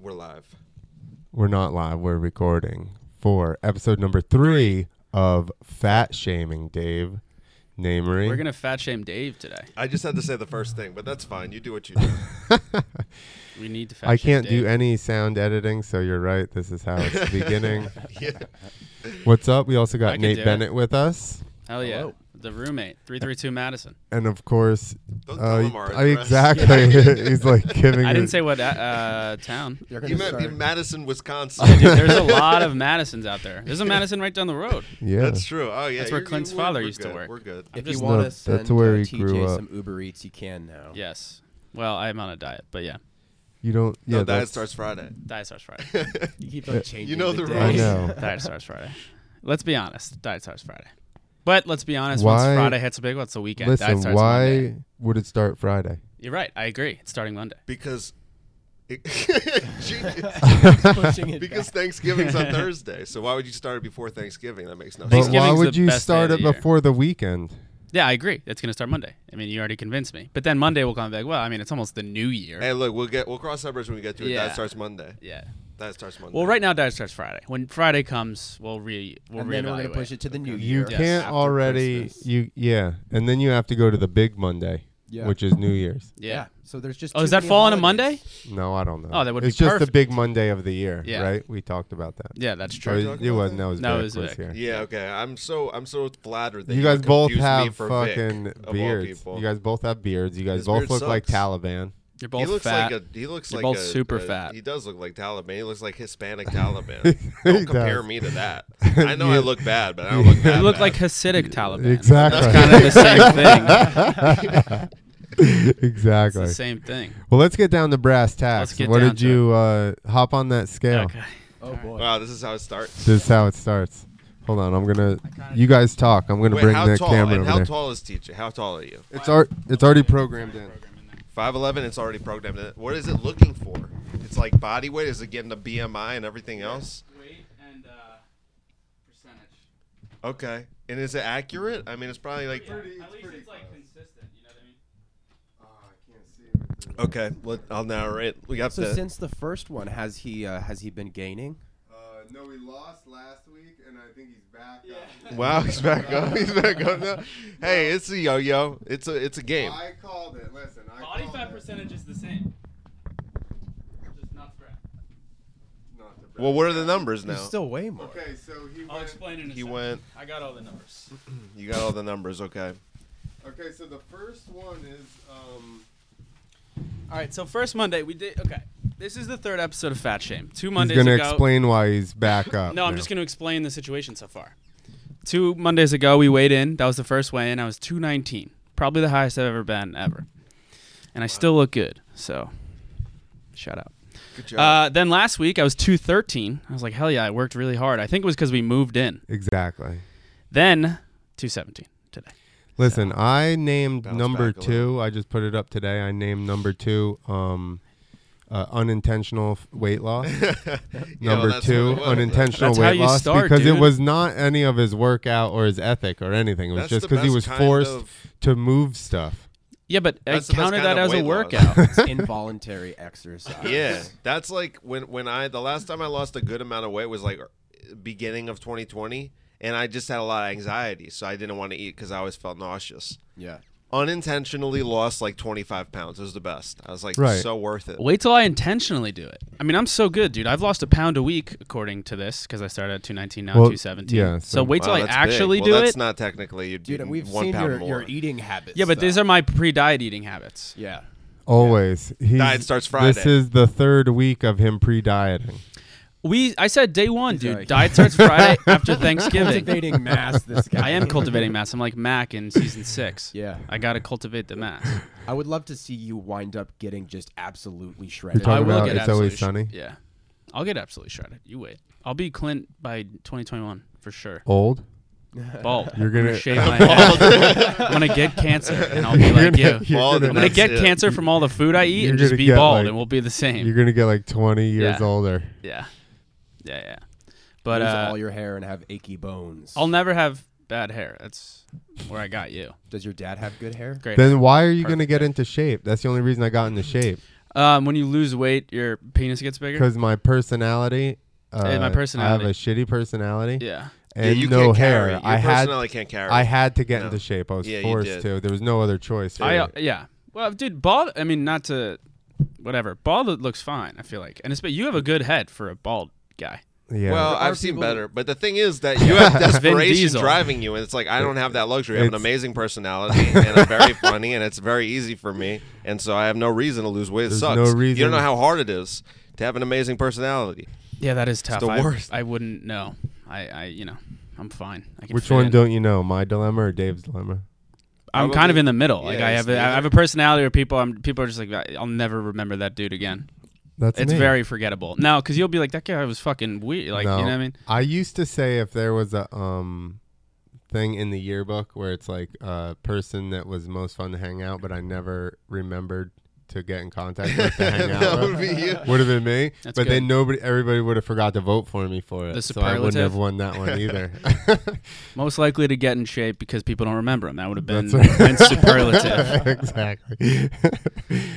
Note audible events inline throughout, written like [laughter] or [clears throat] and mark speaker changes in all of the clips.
Speaker 1: live.
Speaker 2: We're not live. We're recording for episode number three of Fat Shaming Dave Namery. [laughs]
Speaker 3: We're gonna fat shame Dave today.
Speaker 1: I just had to say the first thing, but that's fine. You do what you do.
Speaker 3: We need to fat
Speaker 2: I
Speaker 3: shame
Speaker 2: can't do
Speaker 3: Dave.
Speaker 2: any sound editing, so you're right. This is how
Speaker 3: [laughs]
Speaker 2: it's beginning.
Speaker 1: [laughs] yeah.
Speaker 2: What's up? We also
Speaker 3: I
Speaker 2: got
Speaker 3: can do
Speaker 2: Nate
Speaker 3: it.
Speaker 2: Bennett with us.
Speaker 3: Hell yeah.
Speaker 1: Hello.
Speaker 3: The roommate, three three two Madison.
Speaker 2: And of course,
Speaker 1: Don't
Speaker 2: uh,
Speaker 1: tell him our
Speaker 2: I-
Speaker 1: address.
Speaker 2: exactly.
Speaker 3: [laughs]
Speaker 2: [laughs] He's like giving.
Speaker 3: I
Speaker 2: it-
Speaker 3: didn't say what uh, uh, town.
Speaker 1: [laughs]
Speaker 4: You're
Speaker 1: You
Speaker 4: gonna
Speaker 1: meant
Speaker 4: start.
Speaker 1: in Madison, Wisconsin.
Speaker 3: Dude, there's a lot of Madisons out there. There's a Madison right down the road.
Speaker 2: [laughs]
Speaker 1: [laughs]
Speaker 2: Yeah.
Speaker 1: That's true. Oh yeah,
Speaker 3: That's where
Speaker 1: you're-
Speaker 3: Clint's
Speaker 1: we're-
Speaker 3: father
Speaker 1: we're
Speaker 3: used to
Speaker 1: good.
Speaker 3: work.
Speaker 1: We're good.
Speaker 4: if
Speaker 3: just
Speaker 4: you
Speaker 2: no,
Speaker 4: want to
Speaker 2: that's
Speaker 4: send
Speaker 2: where
Speaker 4: uh,
Speaker 2: he
Speaker 4: TJ
Speaker 2: grew up.
Speaker 4: some Uber Eats, you can now.
Speaker 3: Yes. Well, I'm on a diet, but yeah,
Speaker 2: You don't. Yeah.
Speaker 1: No, diet
Speaker 2: that's-
Speaker 1: starts Friday. [laughs]
Speaker 3: diet starts Friday.
Speaker 4: [laughs] You keep on changing.
Speaker 1: You know the
Speaker 4: day.
Speaker 1: rules.
Speaker 2: [laughs] I know.
Speaker 3: diet starts Friday. Let's be honest. Diet starts Friday. But let's be honest.
Speaker 2: Why-
Speaker 3: Once Friday hits a big one, it's the weekend. diet
Speaker 2: Listen,
Speaker 3: starts Monday.
Speaker 2: why would it start Friday?
Speaker 3: You're right. I agree. It's starting Monday.
Speaker 1: Because [laughs]
Speaker 2: [laughs]
Speaker 1: it,
Speaker 4: [laughs]
Speaker 3: Oh,
Speaker 4: Pushing [laughs] it
Speaker 1: because
Speaker 4: back.
Speaker 1: Thanksgiving's on Thursday, so why would you start it before Thanksgiving? That makes no
Speaker 2: But
Speaker 1: sense.
Speaker 3: Thanksgiving-
Speaker 2: why
Speaker 3: Thanksgiving's
Speaker 2: would
Speaker 3: the
Speaker 2: you
Speaker 3: best day
Speaker 2: start
Speaker 3: of
Speaker 2: it
Speaker 3: the year.
Speaker 2: before the weekend?
Speaker 3: Yeah, I agree. It's going to start Monday. I mean, you already convinced me. But then Monday will come back. Well, I mean, it's almost the new year.
Speaker 1: Hey, look, we'll get we'll cross that bridge when we get to it.
Speaker 3: Yeah.
Speaker 1: That starts Monday.
Speaker 3: yeah.
Speaker 1: That starts Monday.
Speaker 3: Well, right now diet starts Friday. When Friday comes, we'll re we'll
Speaker 4: and then we're gonna
Speaker 3: reevaluate.
Speaker 4: push it to the new
Speaker 2: You
Speaker 4: year.
Speaker 3: Yes.
Speaker 2: can't
Speaker 4: After
Speaker 2: already.
Speaker 4: Christmas.
Speaker 2: You yeah, and then you have to go to the big Monday,
Speaker 4: Yeah.
Speaker 2: which is New Year's.
Speaker 3: Yeah.
Speaker 4: So there's just.
Speaker 3: Oh,
Speaker 4: too
Speaker 3: does that
Speaker 4: many
Speaker 3: fall on a Monday?
Speaker 4: holidays.
Speaker 2: No, I don't know.
Speaker 3: Oh, that would
Speaker 2: It's
Speaker 3: be
Speaker 2: just the
Speaker 3: perfect.
Speaker 2: big Monday of the year,
Speaker 3: Yeah.
Speaker 2: right? We talked about that.
Speaker 3: Yeah, that's
Speaker 2: Or
Speaker 3: true.
Speaker 1: Talk
Speaker 2: it
Speaker 1: about
Speaker 2: wasn't.
Speaker 1: that?
Speaker 2: That was
Speaker 3: No, it
Speaker 2: Vic
Speaker 3: was Vic.
Speaker 2: here.
Speaker 1: Yeah. Okay. I'm so I'm so flattered that
Speaker 2: You guys both
Speaker 1: confused me
Speaker 2: have
Speaker 1: for
Speaker 2: fucking
Speaker 1: Vic, of all
Speaker 2: beards.
Speaker 1: people.
Speaker 2: You guys both have beards. You guys
Speaker 1: His
Speaker 2: both
Speaker 1: beard
Speaker 2: look like
Speaker 1: sucks.
Speaker 2: Taliban.
Speaker 3: You're
Speaker 1: he
Speaker 3: both
Speaker 1: looks
Speaker 3: fat.
Speaker 1: like a he looks like
Speaker 3: You're both
Speaker 1: a,
Speaker 3: super
Speaker 1: a-
Speaker 3: fat.
Speaker 1: He does look like Taliban. He looks like
Speaker 3: [laughs]
Speaker 1: Hispanic Taliban. Don't compare
Speaker 2: does.
Speaker 1: me to that. I know
Speaker 2: You-
Speaker 1: I look bad, but I don't look
Speaker 3: [laughs] you
Speaker 1: bad.
Speaker 3: look
Speaker 1: bad.
Speaker 3: like Hasidic Taliban.
Speaker 2: Exactly.
Speaker 3: That's kind of the same thing.
Speaker 2: [laughs]
Speaker 3: It's
Speaker 2: exactly.
Speaker 3: the same thing.
Speaker 2: Well, let's get down to brass tacks.
Speaker 3: Let's get
Speaker 2: what
Speaker 3: down
Speaker 2: did
Speaker 3: to
Speaker 2: you uh, hop on that scale?
Speaker 3: Okay.
Speaker 4: Oh boy.
Speaker 1: Wow, this is how it starts.
Speaker 2: This is how it starts. Hold on, I'm gonna. You guys talk. I'm gonna
Speaker 1: Wait,
Speaker 2: bring
Speaker 1: how
Speaker 2: the
Speaker 1: tall?
Speaker 2: camera
Speaker 1: and
Speaker 2: over
Speaker 1: how
Speaker 2: there.
Speaker 1: tall is teacher? How tall are you?
Speaker 2: It's art. It's already programmed in.
Speaker 1: Five eleven. It's already programmed. in. What is it looking for? It's like body weight. Is it getting the BMI and everything else?
Speaker 3: Weight and uh, percentage.
Speaker 1: Okay. And is it accurate? I mean, it's probably like.
Speaker 3: At least it's like consistent. You know what I mean?
Speaker 1: Okay. Let, I'll narrate. We have
Speaker 4: So
Speaker 1: to.
Speaker 4: since the first one, has he uh, has he been gaining?
Speaker 2: Uh, no, we lost last week, and I think he's back.
Speaker 1: Wow, he's back up. [laughs] He's back up now. Hey, it's a yo-yo. It's a it's a game.
Speaker 2: called it. Listen, I
Speaker 3: Body fat percentage is the same. Just not spread.
Speaker 1: Well, what are the numbers now?
Speaker 4: There's still way more.
Speaker 2: so
Speaker 3: I'll explain in a
Speaker 1: He
Speaker 3: second.
Speaker 1: went.
Speaker 3: I got all the numbers.
Speaker 1: You got all the numbers. Okay.
Speaker 2: Okay, so the first one is um.
Speaker 3: All right, so first Monday we did. Okay, this is the third episode of Fat Shame. Two
Speaker 2: He's
Speaker 3: Mondays
Speaker 2: gonna
Speaker 3: ago.
Speaker 2: explain why he's
Speaker 3: [laughs]
Speaker 2: back
Speaker 1: Oh,
Speaker 2: up.
Speaker 3: No, I'm
Speaker 2: now.
Speaker 3: just going to explain the situation so far. Two Mondays ago, we weighed in. That was the first weigh in. I was 219, probably the highest I've ever been, ever. And I still look good. So, shout out.
Speaker 1: Good job.
Speaker 3: Uh, then last week, I was 213. I was like, hell yeah, I worked really hard. I think it was because we moved in.
Speaker 2: Exactly.
Speaker 3: Then 217 today.
Speaker 2: Listen, I named
Speaker 1: Bounce
Speaker 2: number
Speaker 1: back a little.
Speaker 2: two. I just put it up today. I named number two um, uh, unintentional f-
Speaker 1: [laughs]
Speaker 2: weight loss. number
Speaker 1: that's
Speaker 2: two,
Speaker 1: what it was.
Speaker 2: unintentional
Speaker 3: That's how
Speaker 2: weight
Speaker 3: you
Speaker 2: loss
Speaker 3: start,
Speaker 2: because it
Speaker 3: dude.
Speaker 2: was not any of his workout or his ethic or anything. It was
Speaker 1: That's
Speaker 2: just
Speaker 1: the
Speaker 2: because he
Speaker 1: best
Speaker 2: was
Speaker 1: kind
Speaker 2: forced
Speaker 1: of-
Speaker 2: to move stuff.
Speaker 3: Yeah, but
Speaker 1: That's the
Speaker 3: I
Speaker 1: best
Speaker 3: counted
Speaker 1: kind
Speaker 3: that
Speaker 1: of
Speaker 3: as a
Speaker 1: weight
Speaker 3: workout.
Speaker 1: loss. [laughs]
Speaker 4: It's [laughs] involuntary exercise.
Speaker 1: Yeah, that's like when when I the last time I lost a good amount of weight was like uh, beginning of 2020, and I just had a lot of anxiety, so I didn't want to eat because I always felt nauseous.
Speaker 4: Yeah.
Speaker 1: Unintentionally lost like 25 pounds. It was the best. I was like,
Speaker 2: Right.
Speaker 1: so worth it.
Speaker 3: Wait till I intentionally do it. I mean, I'm so good, dude. I've lost a pound a week according to this because I started at 219 now
Speaker 2: Well,
Speaker 3: 217.
Speaker 2: yeah,
Speaker 3: so,
Speaker 2: so-
Speaker 3: wait till
Speaker 1: Wow,
Speaker 3: I
Speaker 1: that's big.
Speaker 3: actually
Speaker 1: Well,
Speaker 3: do
Speaker 1: that's
Speaker 3: it.
Speaker 1: not technically you
Speaker 4: Dude, and we've
Speaker 1: one
Speaker 4: seen
Speaker 1: pound
Speaker 4: your,
Speaker 1: more.
Speaker 4: your eating habits.
Speaker 3: yeah, but
Speaker 4: though.
Speaker 3: these are my pre-diet eating habits.
Speaker 4: Yeah.
Speaker 2: Always. He's,
Speaker 1: Diet starts
Speaker 2: This
Speaker 1: Friday.
Speaker 2: is the third week of him pre-dieting.
Speaker 3: We, I said day one, dude.
Speaker 4: like-
Speaker 3: diet
Speaker 2: [laughs]
Speaker 3: starts Friday after Thanksgiving.
Speaker 4: Cultivating mass. This
Speaker 3: [laughs]
Speaker 4: guy.
Speaker 3: I am cultivating mass. I'm like Mac in season six.
Speaker 4: Yeah.
Speaker 3: I gotta cultivate the mass.
Speaker 4: I would love to see you wind up getting just absolutely shredded.
Speaker 2: Talking
Speaker 3: I will
Speaker 2: about
Speaker 3: get
Speaker 2: It's
Speaker 3: absolutely
Speaker 2: Always Sunny?
Speaker 3: sh- yeah, I'll get absolutely shredded. You wait. I'll be Clint by 2021 for sure.
Speaker 2: [laughs] Old.
Speaker 3: Bald.
Speaker 2: You're
Speaker 3: I'm
Speaker 2: gonna-
Speaker 3: gonna
Speaker 2: [laughs]
Speaker 3: shave my head. I'm gonna get cancer, and I'll be like you.
Speaker 2: [laughs] you're
Speaker 1: Bald and
Speaker 2: gonna-
Speaker 3: I'm gonna
Speaker 1: That's
Speaker 3: get
Speaker 1: it.
Speaker 3: cancer from all the food I eat
Speaker 2: You're
Speaker 3: and just
Speaker 2: gonna
Speaker 3: be
Speaker 2: get,
Speaker 3: bald,
Speaker 2: like-
Speaker 3: and we'll be the
Speaker 2: You're
Speaker 3: same.
Speaker 2: gonna get like 20 years
Speaker 3: Yeah.
Speaker 2: older.
Speaker 3: Yeah, yeah, yeah. But
Speaker 4: Lose
Speaker 3: uh,
Speaker 4: all your hair and have achy bones.
Speaker 3: I'll never have bad hair. That's where I got you.
Speaker 4: Does your dad have good hair?
Speaker 3: Great.
Speaker 2: Then why are you gonna get into shape? That's the only reason I got into shape.
Speaker 3: Um, when you lose weight, your penis gets bigger.
Speaker 2: because my personality. Uh,
Speaker 3: my
Speaker 2: I have a
Speaker 3: personality.
Speaker 2: shitty personality
Speaker 3: Yeah.
Speaker 2: and
Speaker 1: you
Speaker 2: no
Speaker 1: can't
Speaker 2: hair.
Speaker 1: carry. Your
Speaker 2: I had
Speaker 1: personality can't carry.
Speaker 2: I had to get
Speaker 1: No.
Speaker 2: into shape. I was
Speaker 1: Yeah, you
Speaker 2: forced
Speaker 1: did.
Speaker 2: to. There was no other choice.
Speaker 3: I uh,
Speaker 2: really.
Speaker 3: yeah. Well, dude, bald. I mean, not to, whatever. Bald it looks fine. I feel like, and it's but you have a good head for a bald guy.
Speaker 2: yeah.
Speaker 1: Well,
Speaker 4: There are
Speaker 1: I've seen
Speaker 4: people-
Speaker 1: better, but the thing is that you
Speaker 2: [laughs]
Speaker 1: have desperation
Speaker 3: Diesel.
Speaker 1: driving you, and it's like I don't have that luxury. I have an
Speaker 2: It's-
Speaker 1: amazing personality, and I'm very funny, and it's very easy for me, and so I have no reason to lose weight. It
Speaker 2: There's
Speaker 1: sucks.
Speaker 2: no
Speaker 1: You
Speaker 2: reason-
Speaker 1: don't know how hard it is to have an amazing
Speaker 2: [laughs]
Speaker 1: personality.
Speaker 3: Yeah, that is tough.
Speaker 1: the
Speaker 3: I,
Speaker 1: worst.
Speaker 3: I wouldn't know. I, I, you know, I'm fine. I can
Speaker 2: Which
Speaker 3: fit
Speaker 2: one
Speaker 3: in.
Speaker 2: don't you know? My dilemma or Dave's dilemma?
Speaker 3: I'm kind of
Speaker 1: Probably-
Speaker 3: in the middle. like
Speaker 1: yeah,
Speaker 3: I
Speaker 1: it's
Speaker 3: have, a,
Speaker 1: the
Speaker 3: I
Speaker 1: other-
Speaker 3: have a personality where people, I'm, people are just like, "I- I'll never remember that dude again.
Speaker 2: That's
Speaker 3: it's
Speaker 2: me.
Speaker 3: very forgettable. No, because you'll be like, that guy was fucking weird. Like,
Speaker 2: No.
Speaker 3: you know what I mean?
Speaker 2: I used to say if there was a um thing in the yearbook where it's like a person that was most fun to hang out, but I never remembered to get in contact with to
Speaker 1: [laughs]
Speaker 2: hang
Speaker 1: That
Speaker 2: out
Speaker 1: would
Speaker 2: with.
Speaker 1: be you.
Speaker 2: Would have been me,
Speaker 3: [laughs] That's
Speaker 2: but
Speaker 3: good.
Speaker 2: then nobody, everybody would have forgot to vote for me for it,
Speaker 3: The
Speaker 2: so I wouldn't
Speaker 3: superlative.
Speaker 2: have won that
Speaker 3: [laughs]
Speaker 2: one either.
Speaker 3: Most likely to get in shape because people don't remember him. That would have been,
Speaker 2: That's right. [laughs]
Speaker 3: been superlative.
Speaker 2: exactly.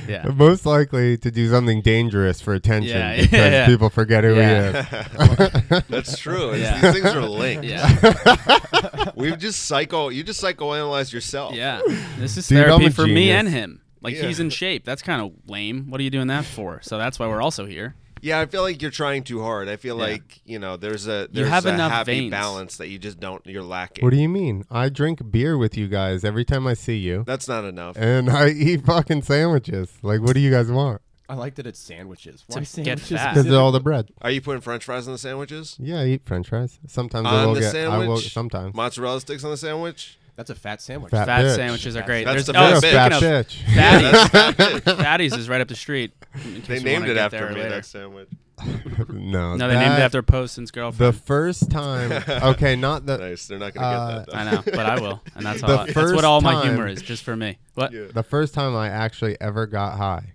Speaker 3: Yeah.
Speaker 2: [laughs] Most likely to do something dangerous for attention
Speaker 3: Yeah, [laughs] yeah,
Speaker 2: because
Speaker 3: yeah.
Speaker 2: people forget who
Speaker 3: Yeah.
Speaker 2: he is.
Speaker 1: [laughs] That's true. It's-
Speaker 3: Yeah.
Speaker 1: These things are linked.
Speaker 3: Yeah, [laughs]
Speaker 1: We've just psycho. You just psychoanalyze yourself.
Speaker 3: yeah. This is
Speaker 2: Dude, I'm
Speaker 3: therapy
Speaker 2: a
Speaker 3: for me
Speaker 2: genius.
Speaker 3: and him. Like
Speaker 1: Yeah.
Speaker 3: he's in shape. That's kind of lame. What are you doing that for? So that's why we're also here.
Speaker 1: Yeah, I feel like you're trying too hard. I feel
Speaker 3: Yeah.
Speaker 1: like you know there's a there's
Speaker 3: have
Speaker 1: a
Speaker 3: enough
Speaker 1: happy
Speaker 3: veins.
Speaker 1: balance that you just don't you're lacking.
Speaker 2: [laughs] What do you mean? I drink beer with you guys every time I see you,
Speaker 1: That's not enough.
Speaker 2: and I [laughs] eat fucking sandwiches. Like, what do you guys want?
Speaker 4: I like that it's sandwiches. Why
Speaker 3: get fat.
Speaker 4: sandwiches?
Speaker 2: Because
Speaker 4: specifically?
Speaker 2: all the bread.
Speaker 1: Are you putting French fries in the sandwiches?
Speaker 2: Yeah, I eat French fries. Sometimes I
Speaker 1: On
Speaker 2: will
Speaker 1: the
Speaker 2: get. I will
Speaker 1: sandwich,
Speaker 2: sometimes.
Speaker 1: mozzarella sticks on the sandwich.
Speaker 4: That's a fat sandwich.
Speaker 2: Fat
Speaker 3: Fat
Speaker 2: bitch.
Speaker 3: sandwiches are great.
Speaker 1: That's
Speaker 3: There's
Speaker 1: the
Speaker 2: You're
Speaker 3: oh,
Speaker 2: a
Speaker 1: best
Speaker 3: speaking
Speaker 2: fat bitch.
Speaker 3: of
Speaker 1: Yeah, that's
Speaker 3: Fatties.
Speaker 1: not it.
Speaker 3: [laughs] Fatties is right up the street. in case
Speaker 1: They
Speaker 3: you
Speaker 1: named
Speaker 3: wanna
Speaker 1: it
Speaker 3: get
Speaker 1: after
Speaker 3: there
Speaker 1: me.
Speaker 3: later.
Speaker 1: That sandwich.
Speaker 2: [laughs] no,
Speaker 3: No, they named it
Speaker 2: that-
Speaker 3: after Poston's girlfriend.
Speaker 2: the first time. Okay, not the
Speaker 1: Nice. They're not gonna
Speaker 2: Uh,
Speaker 1: get that. Though.
Speaker 3: I know, but I will,
Speaker 2: [laughs]
Speaker 3: and that's
Speaker 2: The
Speaker 3: all. that's
Speaker 2: first
Speaker 3: what all my
Speaker 2: time-
Speaker 3: humor is, just for me. What?
Speaker 1: Yeah.
Speaker 2: the first time I actually ever got high.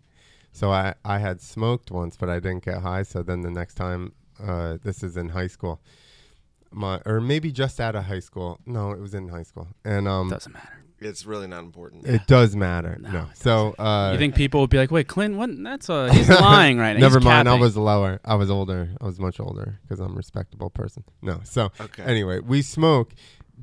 Speaker 2: So I I had smoked once, but I didn't get high. So then the next time, uh, this is in high school, my or maybe just out of high school. No, it was in high school, and um,
Speaker 3: Doesn't matter.
Speaker 1: [laughs] It's really not important.
Speaker 2: It does matter.
Speaker 3: No,
Speaker 2: No.
Speaker 3: it
Speaker 2: So uh,
Speaker 3: You think people would be like, "Wait, Clint, what? That's uh,
Speaker 2: [laughs]
Speaker 3: he's lying right now."
Speaker 2: Never
Speaker 3: He's
Speaker 2: mind. I
Speaker 3: capping."
Speaker 2: was lower. I was older. I was much older because I'm a respectable person. No. So
Speaker 1: Okay.
Speaker 2: anyway, we smoke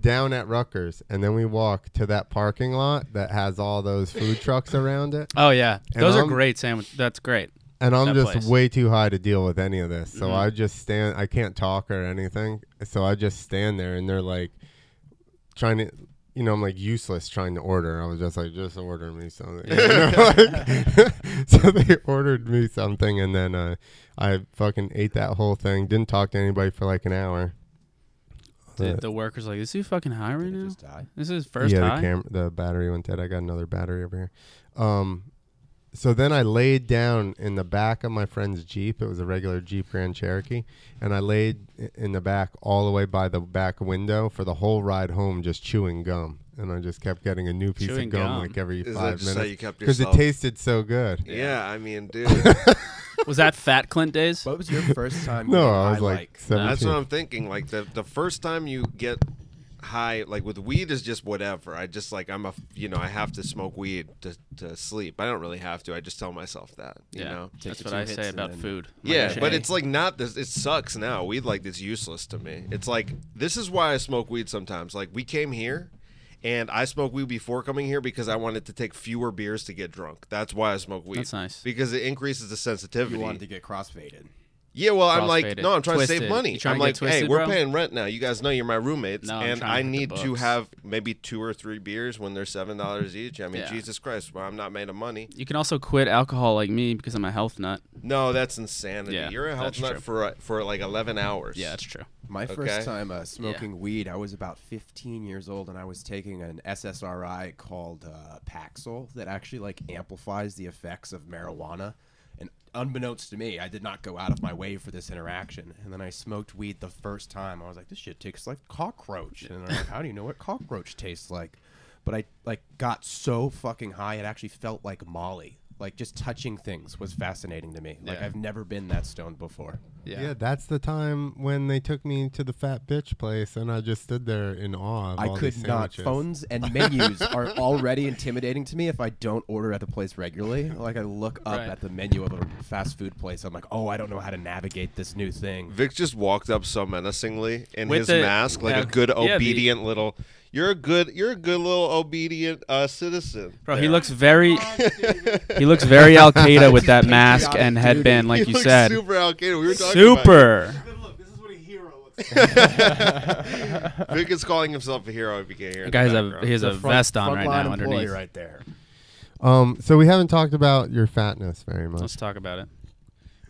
Speaker 2: down at Rutgers, and then we walk to that parking lot that has all those food trucks around it.
Speaker 3: Oh yeah,
Speaker 2: And
Speaker 3: those are
Speaker 2: I'm-
Speaker 3: great sandwich. That's great.
Speaker 2: And I'm
Speaker 3: That
Speaker 2: just
Speaker 3: place. Mm-hmm.
Speaker 2: way too high to deal with any of this. So I just stand. I can't talk or anything. So I just stand there, and they're like trying to. You know, I'm like useless trying to order. I was just like, just order me something. [laughs] You
Speaker 3: [laughs]
Speaker 2: know, like- [laughs] so they ordered me something, and then uh, I fucking ate that whole thing. Didn't talk to anybody for like an hour.
Speaker 3: The,
Speaker 2: Uh,
Speaker 3: the workers like, "Is he fucking high right
Speaker 4: Did it
Speaker 3: now?
Speaker 4: just
Speaker 3: [laughs]
Speaker 4: die?
Speaker 3: This is his first
Speaker 2: yeah,
Speaker 3: high."
Speaker 2: the camera, the battery went dead. I got another battery over here. Um, so then I laid down in the back of my friend's Jeep. It was a regular Jeep Grand Cherokee, and I laid i- in the back all the way by the back window for the whole ride home, just chewing gum. And I just kept getting a new piece
Speaker 3: Chewing
Speaker 2: of gum,
Speaker 3: gum.
Speaker 2: like every
Speaker 1: Is that
Speaker 2: five
Speaker 1: just how
Speaker 2: minutes
Speaker 1: you kept
Speaker 2: because it
Speaker 1: yourself?
Speaker 2: tasted so good.
Speaker 1: yeah, I mean, dude,
Speaker 2: [laughs]
Speaker 3: Was that Fat Clint days?
Speaker 4: What was your first
Speaker 2: [laughs]
Speaker 4: time?
Speaker 2: No,
Speaker 4: getting
Speaker 2: I
Speaker 4: high
Speaker 2: was like,
Speaker 1: that's what
Speaker 2: 17.
Speaker 1: I'm thinking. Like the the first time you get high, like with weed is just whatever. I just like I'm a you know I have to smoke weed to to sleep. I don't really have to. I just tell myself that. You
Speaker 3: yeah,
Speaker 1: know.
Speaker 3: that's
Speaker 4: Take
Speaker 3: what
Speaker 4: two
Speaker 3: I
Speaker 4: hits
Speaker 3: say
Speaker 4: and
Speaker 3: about
Speaker 4: then-
Speaker 3: food. I'm
Speaker 1: Yeah,
Speaker 3: like,
Speaker 1: but
Speaker 3: "Hey."
Speaker 1: it's like not this. It sucks now. Weed like it's useless to me. It's like this is why I smoke weed sometimes. Like we came here, and I smoked weed before coming here because I wanted to take fewer beers to get drunk. That's why I smoke weed.
Speaker 3: That's nice.
Speaker 1: because it increases the sensitivity.
Speaker 4: you wanted to get crossfaded.
Speaker 1: yeah, well, I'm like,
Speaker 3: Crossfaded.
Speaker 1: no, I'm trying to
Speaker 3: Twisted.
Speaker 1: save money.
Speaker 3: You trying
Speaker 1: I'm
Speaker 3: to get
Speaker 1: like, hey,
Speaker 3: twisted,
Speaker 1: we're
Speaker 3: bro?
Speaker 1: paying rent now. You guys know you're my roommates,
Speaker 3: No, I'm
Speaker 1: and
Speaker 3: trying
Speaker 1: I
Speaker 3: to hit the
Speaker 1: need to
Speaker 3: books.
Speaker 1: have maybe two or three beers when they're seven dollars each. I mean,
Speaker 3: Yeah.
Speaker 1: Jesus Christ, well, I'm not made of money.
Speaker 3: you can also quit alcohol like me because I'm a health nut.
Speaker 1: No, that's insanity.
Speaker 3: Yeah,
Speaker 1: you're a health
Speaker 3: that's
Speaker 1: nut
Speaker 3: true.
Speaker 1: for uh, for like 11 hours.
Speaker 3: Yeah, that's true.
Speaker 4: My
Speaker 1: Okay.
Speaker 4: first time uh, smoking weed, I was about 15 years old, and I was taking an SSRI called uh, Paxil that actually like amplifies the effects of marijuana. And unbeknownst to me, I did not go out of my way for this interaction. And then I smoked weed the first time. I was like, this shit tastes like cockroach. And I'm like, how do you know what cockroach tastes like? But I like got so fucking high, it actually felt like Molly. Like just touching things was fascinating to me. Like
Speaker 3: Yeah.
Speaker 4: I've never been that stoned before.
Speaker 3: Yeah.
Speaker 2: Yeah, that's the time when they took me to the fat bitch place, and I just stood there in awe. Of
Speaker 4: I
Speaker 2: all
Speaker 4: could
Speaker 2: these
Speaker 4: not.
Speaker 2: sandwiches.
Speaker 4: Phones and menus are already intimidating to me if I don't order at the place regularly. Like I look up
Speaker 3: Right.
Speaker 4: at the menu of a fast food place, I'm like, oh, I don't know how to navigate this new thing.
Speaker 1: Vic just walked up so menacingly in
Speaker 3: With
Speaker 1: his
Speaker 3: the-
Speaker 1: mask, like
Speaker 3: yeah.
Speaker 1: a good
Speaker 3: Yeah, the-
Speaker 1: obedient little. You're a good. You're a good little obedient uh, citizen.
Speaker 3: Bro, he
Speaker 1: there.
Speaker 3: looks very he looks very Al Qaeda with that mask and headband, like
Speaker 1: [laughs] He
Speaker 3: you
Speaker 1: looks
Speaker 3: said.
Speaker 1: super Al Qaeda. We were talking about
Speaker 3: Super. [laughs]
Speaker 1: it. [laughs] Vic is calling himself a hero. If you can't hear,
Speaker 3: The
Speaker 1: in
Speaker 3: guy has
Speaker 1: the
Speaker 3: a he
Speaker 1: background.
Speaker 3: has a
Speaker 4: The front-
Speaker 3: vest on right
Speaker 4: frontline
Speaker 3: now
Speaker 4: employee
Speaker 3: underneath.
Speaker 4: right there.
Speaker 2: Um, so we haven't talked about your fatness very
Speaker 3: Let's
Speaker 2: much.
Speaker 3: talk about it.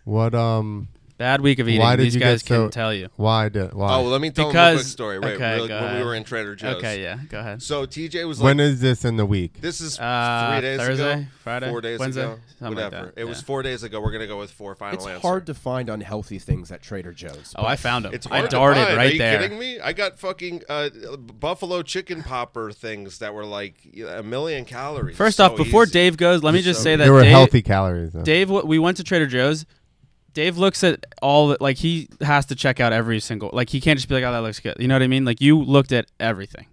Speaker 2: What um,
Speaker 3: Bad week of eating.
Speaker 2: Why did
Speaker 3: These
Speaker 2: you get
Speaker 3: guys
Speaker 2: so-
Speaker 3: can tell you.
Speaker 2: why did why?
Speaker 1: Oh, let me tell him a quick
Speaker 3: Because-
Speaker 1: story. Wait,
Speaker 3: okay,
Speaker 1: really-
Speaker 3: go
Speaker 1: when we
Speaker 3: ahead.
Speaker 1: were in Trader Joe's.
Speaker 3: Okay, yeah, go ahead.
Speaker 1: So TJ was like,
Speaker 2: when is this in the week?
Speaker 1: This is
Speaker 3: Uh,
Speaker 1: three days ago,
Speaker 3: Thursday? Friday?
Speaker 1: four days
Speaker 3: Wednesday?
Speaker 1: ago,
Speaker 3: Something like
Speaker 1: whatever.
Speaker 3: that,
Speaker 1: It was
Speaker 3: yeah.
Speaker 1: four days ago. We're gonna go with four final
Speaker 4: It's
Speaker 1: answer.
Speaker 4: hard to find unhealthy things at Trader Joe's.
Speaker 3: Oh, I found him.
Speaker 1: It's
Speaker 3: I
Speaker 1: hard to
Speaker 3: darted
Speaker 1: find. Are
Speaker 3: right
Speaker 1: you
Speaker 3: there.
Speaker 1: kidding me? I got fucking uh, buffalo chicken popper things that were like a million calories.
Speaker 3: First
Speaker 1: So
Speaker 3: off, before
Speaker 1: easy.
Speaker 3: Dave goes, let me just
Speaker 1: so
Speaker 3: say that
Speaker 2: There were
Speaker 3: Dave,
Speaker 2: healthy calories. Though.
Speaker 3: Dave, wh- we went to Trader Joe's. Dave looks at all the, like he has to check out every single like he can't just be like oh that looks good you know what I mean like you looked at everything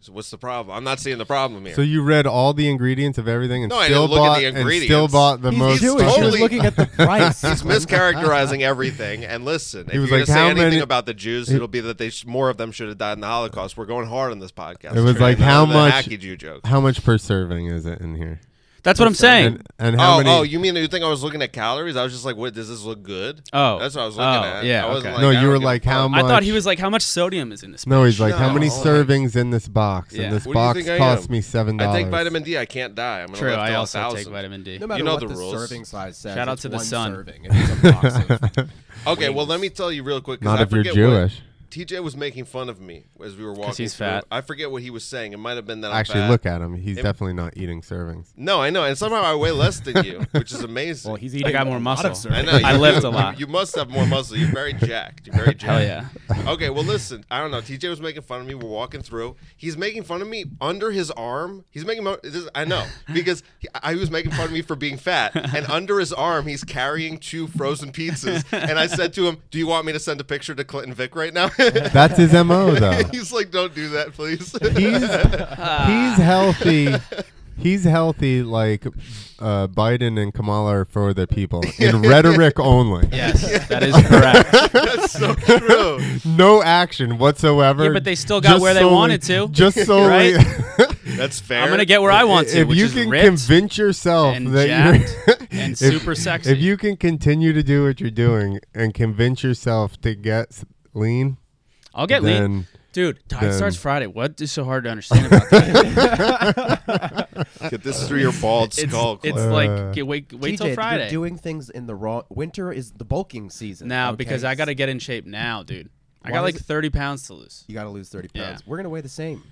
Speaker 1: So what's the problem? I'm not seeing the problem here.
Speaker 2: So you read all the ingredients of everything and
Speaker 1: No, I
Speaker 2: still
Speaker 1: didn't look at
Speaker 2: bought
Speaker 1: the
Speaker 2: and still
Speaker 1: ingredients.
Speaker 2: bought the
Speaker 4: He's
Speaker 2: most.
Speaker 4: Jewish.
Speaker 2: fucking-
Speaker 4: He was
Speaker 1: totally-
Speaker 3: [laughs]
Speaker 4: looking at the price. [laughs]
Speaker 1: He's mischaracterizing everything. And listen, if
Speaker 2: was
Speaker 1: you're gonna
Speaker 2: like,
Speaker 1: say
Speaker 2: how
Speaker 1: anything
Speaker 2: many-
Speaker 1: about the Jews, it'll be that they sh- more of them should have died in the Holocaust. We're going hard on this podcast.
Speaker 2: It was
Speaker 1: today.
Speaker 2: like,
Speaker 1: None
Speaker 2: how
Speaker 1: of the
Speaker 2: much-
Speaker 1: hacky Jew jokes.
Speaker 2: How much per serving is it in here?
Speaker 3: that's what I'm saying
Speaker 2: And, and [laughs] how
Speaker 1: Oh,
Speaker 2: many?
Speaker 1: oh, you mean you think I was looking at calories? I was just like, what? Does this look good?
Speaker 3: Oh.
Speaker 1: that's what I was
Speaker 3: Oh,
Speaker 1: looking at.
Speaker 3: yeah,
Speaker 1: I wasn't
Speaker 3: okay.
Speaker 1: like,
Speaker 2: no,
Speaker 1: I
Speaker 2: you
Speaker 1: don't
Speaker 2: were
Speaker 1: give a
Speaker 2: like
Speaker 1: fuck.
Speaker 2: how much?
Speaker 3: I thought he was like how much sodium is in this
Speaker 2: No, he's like,
Speaker 1: No,
Speaker 2: how many
Speaker 1: oh my-
Speaker 2: servings in this box?
Speaker 3: Yeah.
Speaker 2: And this
Speaker 1: What do you
Speaker 2: box
Speaker 1: think I
Speaker 2: cost
Speaker 1: am?
Speaker 2: me seven
Speaker 1: I
Speaker 2: dollars.
Speaker 1: take
Speaker 2: [laughs]
Speaker 1: vitamin D. I can't die. I'm gonna
Speaker 3: true
Speaker 1: live
Speaker 3: I
Speaker 1: till
Speaker 3: also
Speaker 1: 1,000.
Speaker 3: take vitamin D
Speaker 4: No matter
Speaker 1: You know
Speaker 4: what
Speaker 1: the
Speaker 4: the,
Speaker 1: rules.
Speaker 4: serving size says.
Speaker 3: Shout out
Speaker 4: it's
Speaker 3: to the
Speaker 4: one
Speaker 3: sun.
Speaker 4: Serving. and it's a
Speaker 3: [laughs]
Speaker 4: box of-
Speaker 1: Okay, well, let me tell you real quick. 'cause
Speaker 2: Not
Speaker 1: I
Speaker 2: if you're
Speaker 1: forget
Speaker 2: Jewish.
Speaker 1: What, TJ was making fun of me as we were walking.
Speaker 3: he's
Speaker 1: through.
Speaker 3: fat.
Speaker 1: I forget what he was saying. It might have been that.
Speaker 2: Actually,
Speaker 1: I'm fat.
Speaker 2: look at him. He's definitely not eating servings.
Speaker 1: No, I know, and somehow I weigh less than you, which
Speaker 3: [laughs]
Speaker 1: is amazing.
Speaker 4: well, he's eating.
Speaker 3: got
Speaker 4: a
Speaker 3: more
Speaker 4: lot of
Speaker 3: muscle.
Speaker 1: I know.
Speaker 4: servings.
Speaker 3: I
Speaker 1: you-
Speaker 3: lift
Speaker 1: you-
Speaker 3: a lot.
Speaker 1: You must have more muscle. You're very jacked. You're very jacked.
Speaker 3: hell
Speaker 1: [laughs]
Speaker 3: yeah
Speaker 1: Okay, well, listen. I don't know. TJ was making fun of me. We're walking through. He's making fun of me under his arm. He's making. Mo- this, I know because he, I he was making fun of me for being fat, and under his arm, he's carrying two frozen pizzas. And I said to him, "Do you want me to send a picture to Clinton Vick right now?"
Speaker 2: That's his mo though.
Speaker 1: [laughs] he's like, "Don't do that,
Speaker 2: [laughs]
Speaker 1: please."
Speaker 2: He's he's healthy. He's healthy like uh, Biden and Kamala are for the
Speaker 1: [laughs]
Speaker 2: people in rhetoric only.
Speaker 3: yes that is
Speaker 2: [laughs]
Speaker 1: [laughs]
Speaker 3: correct
Speaker 1: That's so true.
Speaker 2: No action whatsoever.
Speaker 3: Yeah, but they still got
Speaker 2: Just
Speaker 3: where they
Speaker 2: solely-
Speaker 3: wanted to,
Speaker 2: Just solely.
Speaker 3: [laughs] right?
Speaker 1: [laughs] That's fair.
Speaker 3: I'm gonna get where I want to
Speaker 2: if
Speaker 3: which
Speaker 2: you
Speaker 3: is
Speaker 2: can
Speaker 3: ripped
Speaker 2: convince yourself
Speaker 3: and
Speaker 2: that you're [laughs]
Speaker 3: jacked and
Speaker 2: if-
Speaker 3: super sexy
Speaker 2: if you can continue to do what you're doing and convince yourself to get s- lean,
Speaker 3: I'll get lean
Speaker 2: then-
Speaker 3: dude diet
Speaker 2: then-
Speaker 3: starts Friday what is so hard to
Speaker 2: [laughs]
Speaker 3: understand about that
Speaker 1: get this through your bald
Speaker 3: it's,
Speaker 1: skull.
Speaker 3: it's [laughs]
Speaker 1: Clint.
Speaker 3: like
Speaker 2: Uh,
Speaker 3: get- wait wait
Speaker 4: TJ,
Speaker 3: till
Speaker 4: you're
Speaker 3: Friday
Speaker 4: doing things in the wrong. Winter is the bulking season.
Speaker 3: now
Speaker 4: okay?
Speaker 3: because I gotta get in shape now dude I
Speaker 4: Why
Speaker 3: got
Speaker 4: is
Speaker 3: like
Speaker 4: it-
Speaker 3: 30 pounds to lose
Speaker 4: You gotta lose thirty
Speaker 3: Yeah.
Speaker 4: pounds. We're gonna weigh the same.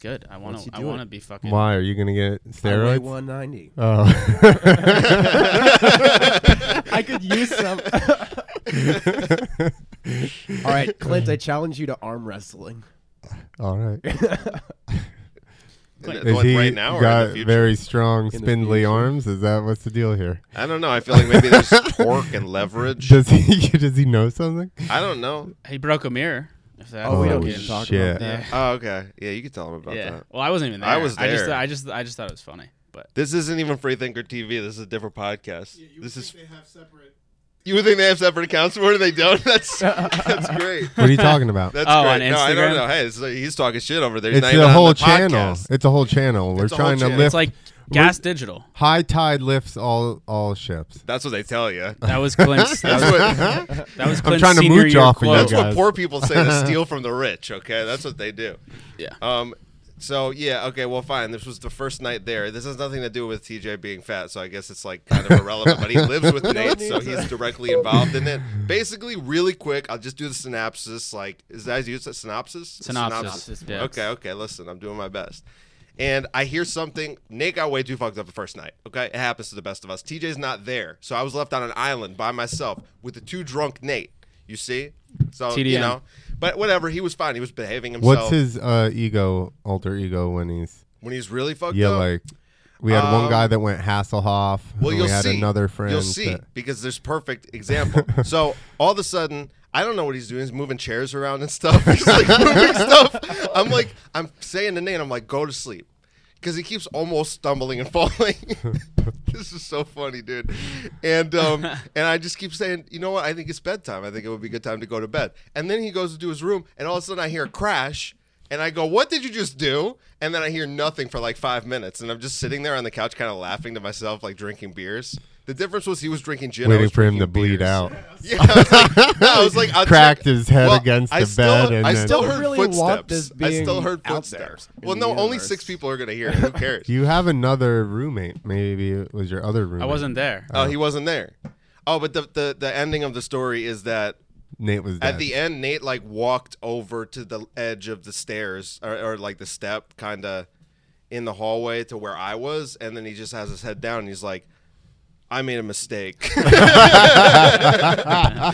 Speaker 3: good I want
Speaker 4: Once you
Speaker 3: to I
Speaker 4: do it.
Speaker 3: want to be fucking
Speaker 2: why are you gonna get
Speaker 4: I weigh
Speaker 2: steroids?
Speaker 4: one ninety.
Speaker 2: Oh,
Speaker 4: I could use some. [laughs] All right, Clint. I challenge you to arm wrestling.
Speaker 2: [laughs] all right.
Speaker 1: And
Speaker 2: Is
Speaker 1: like
Speaker 2: he
Speaker 1: right now or in
Speaker 2: got
Speaker 1: the future?
Speaker 2: very strong,
Speaker 4: the
Speaker 2: spindly
Speaker 4: future.
Speaker 2: arms? Is that what's the deal here?
Speaker 1: I don't know. I feel like maybe
Speaker 2: [laughs]
Speaker 1: there's torque and leverage.
Speaker 2: Does he [laughs] does he know something?
Speaker 1: I don't know.
Speaker 3: he broke a mirror if that
Speaker 4: Oh, we
Speaker 2: Oh,
Speaker 4: don't need to talk
Speaker 2: shit.
Speaker 4: about that.
Speaker 1: Oh, okay. Yeah, you can tell him about
Speaker 3: yeah
Speaker 1: that.
Speaker 3: well I wasn't even there
Speaker 1: I was
Speaker 3: I just
Speaker 1: there.
Speaker 3: I just I just thought it was funny
Speaker 4: [laughs]
Speaker 3: but
Speaker 1: This isn't even Freethinker TV. This is a different podcast. this is. They have separate. You would think they have separate accounts, where they don't. [laughs] That's that's great.
Speaker 2: What are you talking
Speaker 1: [laughs]
Speaker 2: about?
Speaker 1: That's
Speaker 3: Oh,
Speaker 1: great.
Speaker 3: on
Speaker 1: no, I don't
Speaker 3: Instagram?
Speaker 1: know. Hey, it's like- he's talking shit over there. He's
Speaker 2: it's
Speaker 1: not even
Speaker 2: a
Speaker 1: on
Speaker 2: whole
Speaker 1: the
Speaker 2: channel.
Speaker 1: podcast.
Speaker 2: It's a whole channel. We're
Speaker 1: a whole
Speaker 2: trying to
Speaker 1: channel.
Speaker 2: lift.
Speaker 3: it's like gas digital
Speaker 2: high tide lifts all all ships.
Speaker 1: That's what they tell
Speaker 2: [laughs]
Speaker 1: you.
Speaker 3: that
Speaker 4: [laughs]
Speaker 3: was Clint's that
Speaker 1: That's
Speaker 3: was,
Speaker 1: what,
Speaker 3: that was
Speaker 2: I'm
Speaker 3: Clint's
Speaker 2: trying to
Speaker 3: senior
Speaker 2: mooch
Speaker 3: year
Speaker 2: off of you
Speaker 3: quote.
Speaker 1: that's what
Speaker 2: guys.
Speaker 1: poor people say to steal from the rich. Okay, that's what they do.
Speaker 3: yeah
Speaker 1: Um. So yeah, okay, well, fine. This was the first night there. This has nothing to do with TJ being fat, so I guess it's like kind of irrelevant. but he lives with Nate, so he's directly involved in it. Basically, really quick, I'll just do the synopsis. Like, is that you said synopsis?
Speaker 3: Synopsis, yeah.
Speaker 1: Okay, okay. Listen, I'm doing my best. And I hear something. Nate got way too fucked up the first night. Okay, it happens to the best of us. TJ's not there, so I was left on an island by myself with the two drunk Nate. You see, so you
Speaker 3: TDM.
Speaker 1: know. But whatever, he was fine. He was behaving himself
Speaker 2: What's his uh, ego, alter ego, when he's
Speaker 1: when he's really fucked
Speaker 2: yeah,
Speaker 1: up.
Speaker 2: like We had
Speaker 1: Um,
Speaker 2: one guy that went Hasselhoff.
Speaker 1: Well,
Speaker 2: and
Speaker 1: you'll
Speaker 2: we had
Speaker 1: see.
Speaker 2: another friend.
Speaker 1: You'll see
Speaker 2: that-
Speaker 1: because there's perfect example. [laughs] so all of a sudden, I don't know what he's doing. He's moving chairs around and stuff. [laughs] He's like moving
Speaker 2: [laughs]
Speaker 1: stuff. I'm like, I'm saying the name. I'm like, go to sleep, because he keeps almost stumbling and [laughs] falling. this is so funny, dude. And
Speaker 2: [laughs]
Speaker 1: um, and I just keep saying, you know what? I think it's bedtime. I think it would be a good time to go to bed. And then he goes to do his room, and all of a sudden I hear a crash. And I go, what did you just do? And then I hear nothing for like five minutes, and I'm just sitting there on the couch, kind of laughing to myself, like drinking beers. The difference was he was drinking gin. I
Speaker 2: waiting
Speaker 1: was
Speaker 2: for him to
Speaker 1: drinking
Speaker 2: bleed
Speaker 1: beers.
Speaker 2: out.
Speaker 1: [laughs] Yeah, I was like, [laughs] no, I was like I'll
Speaker 2: [laughs] Cracked
Speaker 1: check-
Speaker 2: his head
Speaker 1: Well,
Speaker 2: against
Speaker 1: I
Speaker 2: the
Speaker 1: still,
Speaker 2: bed and
Speaker 1: I
Speaker 2: then-
Speaker 1: still
Speaker 4: I
Speaker 1: heard
Speaker 4: really
Speaker 1: footsteps.
Speaker 4: want this
Speaker 1: I still
Speaker 4: being
Speaker 1: heard
Speaker 4: out
Speaker 1: footsteps.
Speaker 4: there in
Speaker 1: Well,
Speaker 4: the
Speaker 1: no, only
Speaker 4: universe.
Speaker 1: six people are gonna hear
Speaker 4: [laughs]
Speaker 1: it. Who cares?
Speaker 2: You have another roommate. Maybe it was your other roommate.
Speaker 3: I wasn't there.
Speaker 1: Oh, he wasn't there. Oh, but the, the the ending of the story is that
Speaker 2: Nate was dead.
Speaker 1: at the end, Nate like walked over to the edge of the stairs or, or like the step, kind of in the hallway to where I was, and then he just has his head down and he's like, "I made a mistake." [laughs] I'm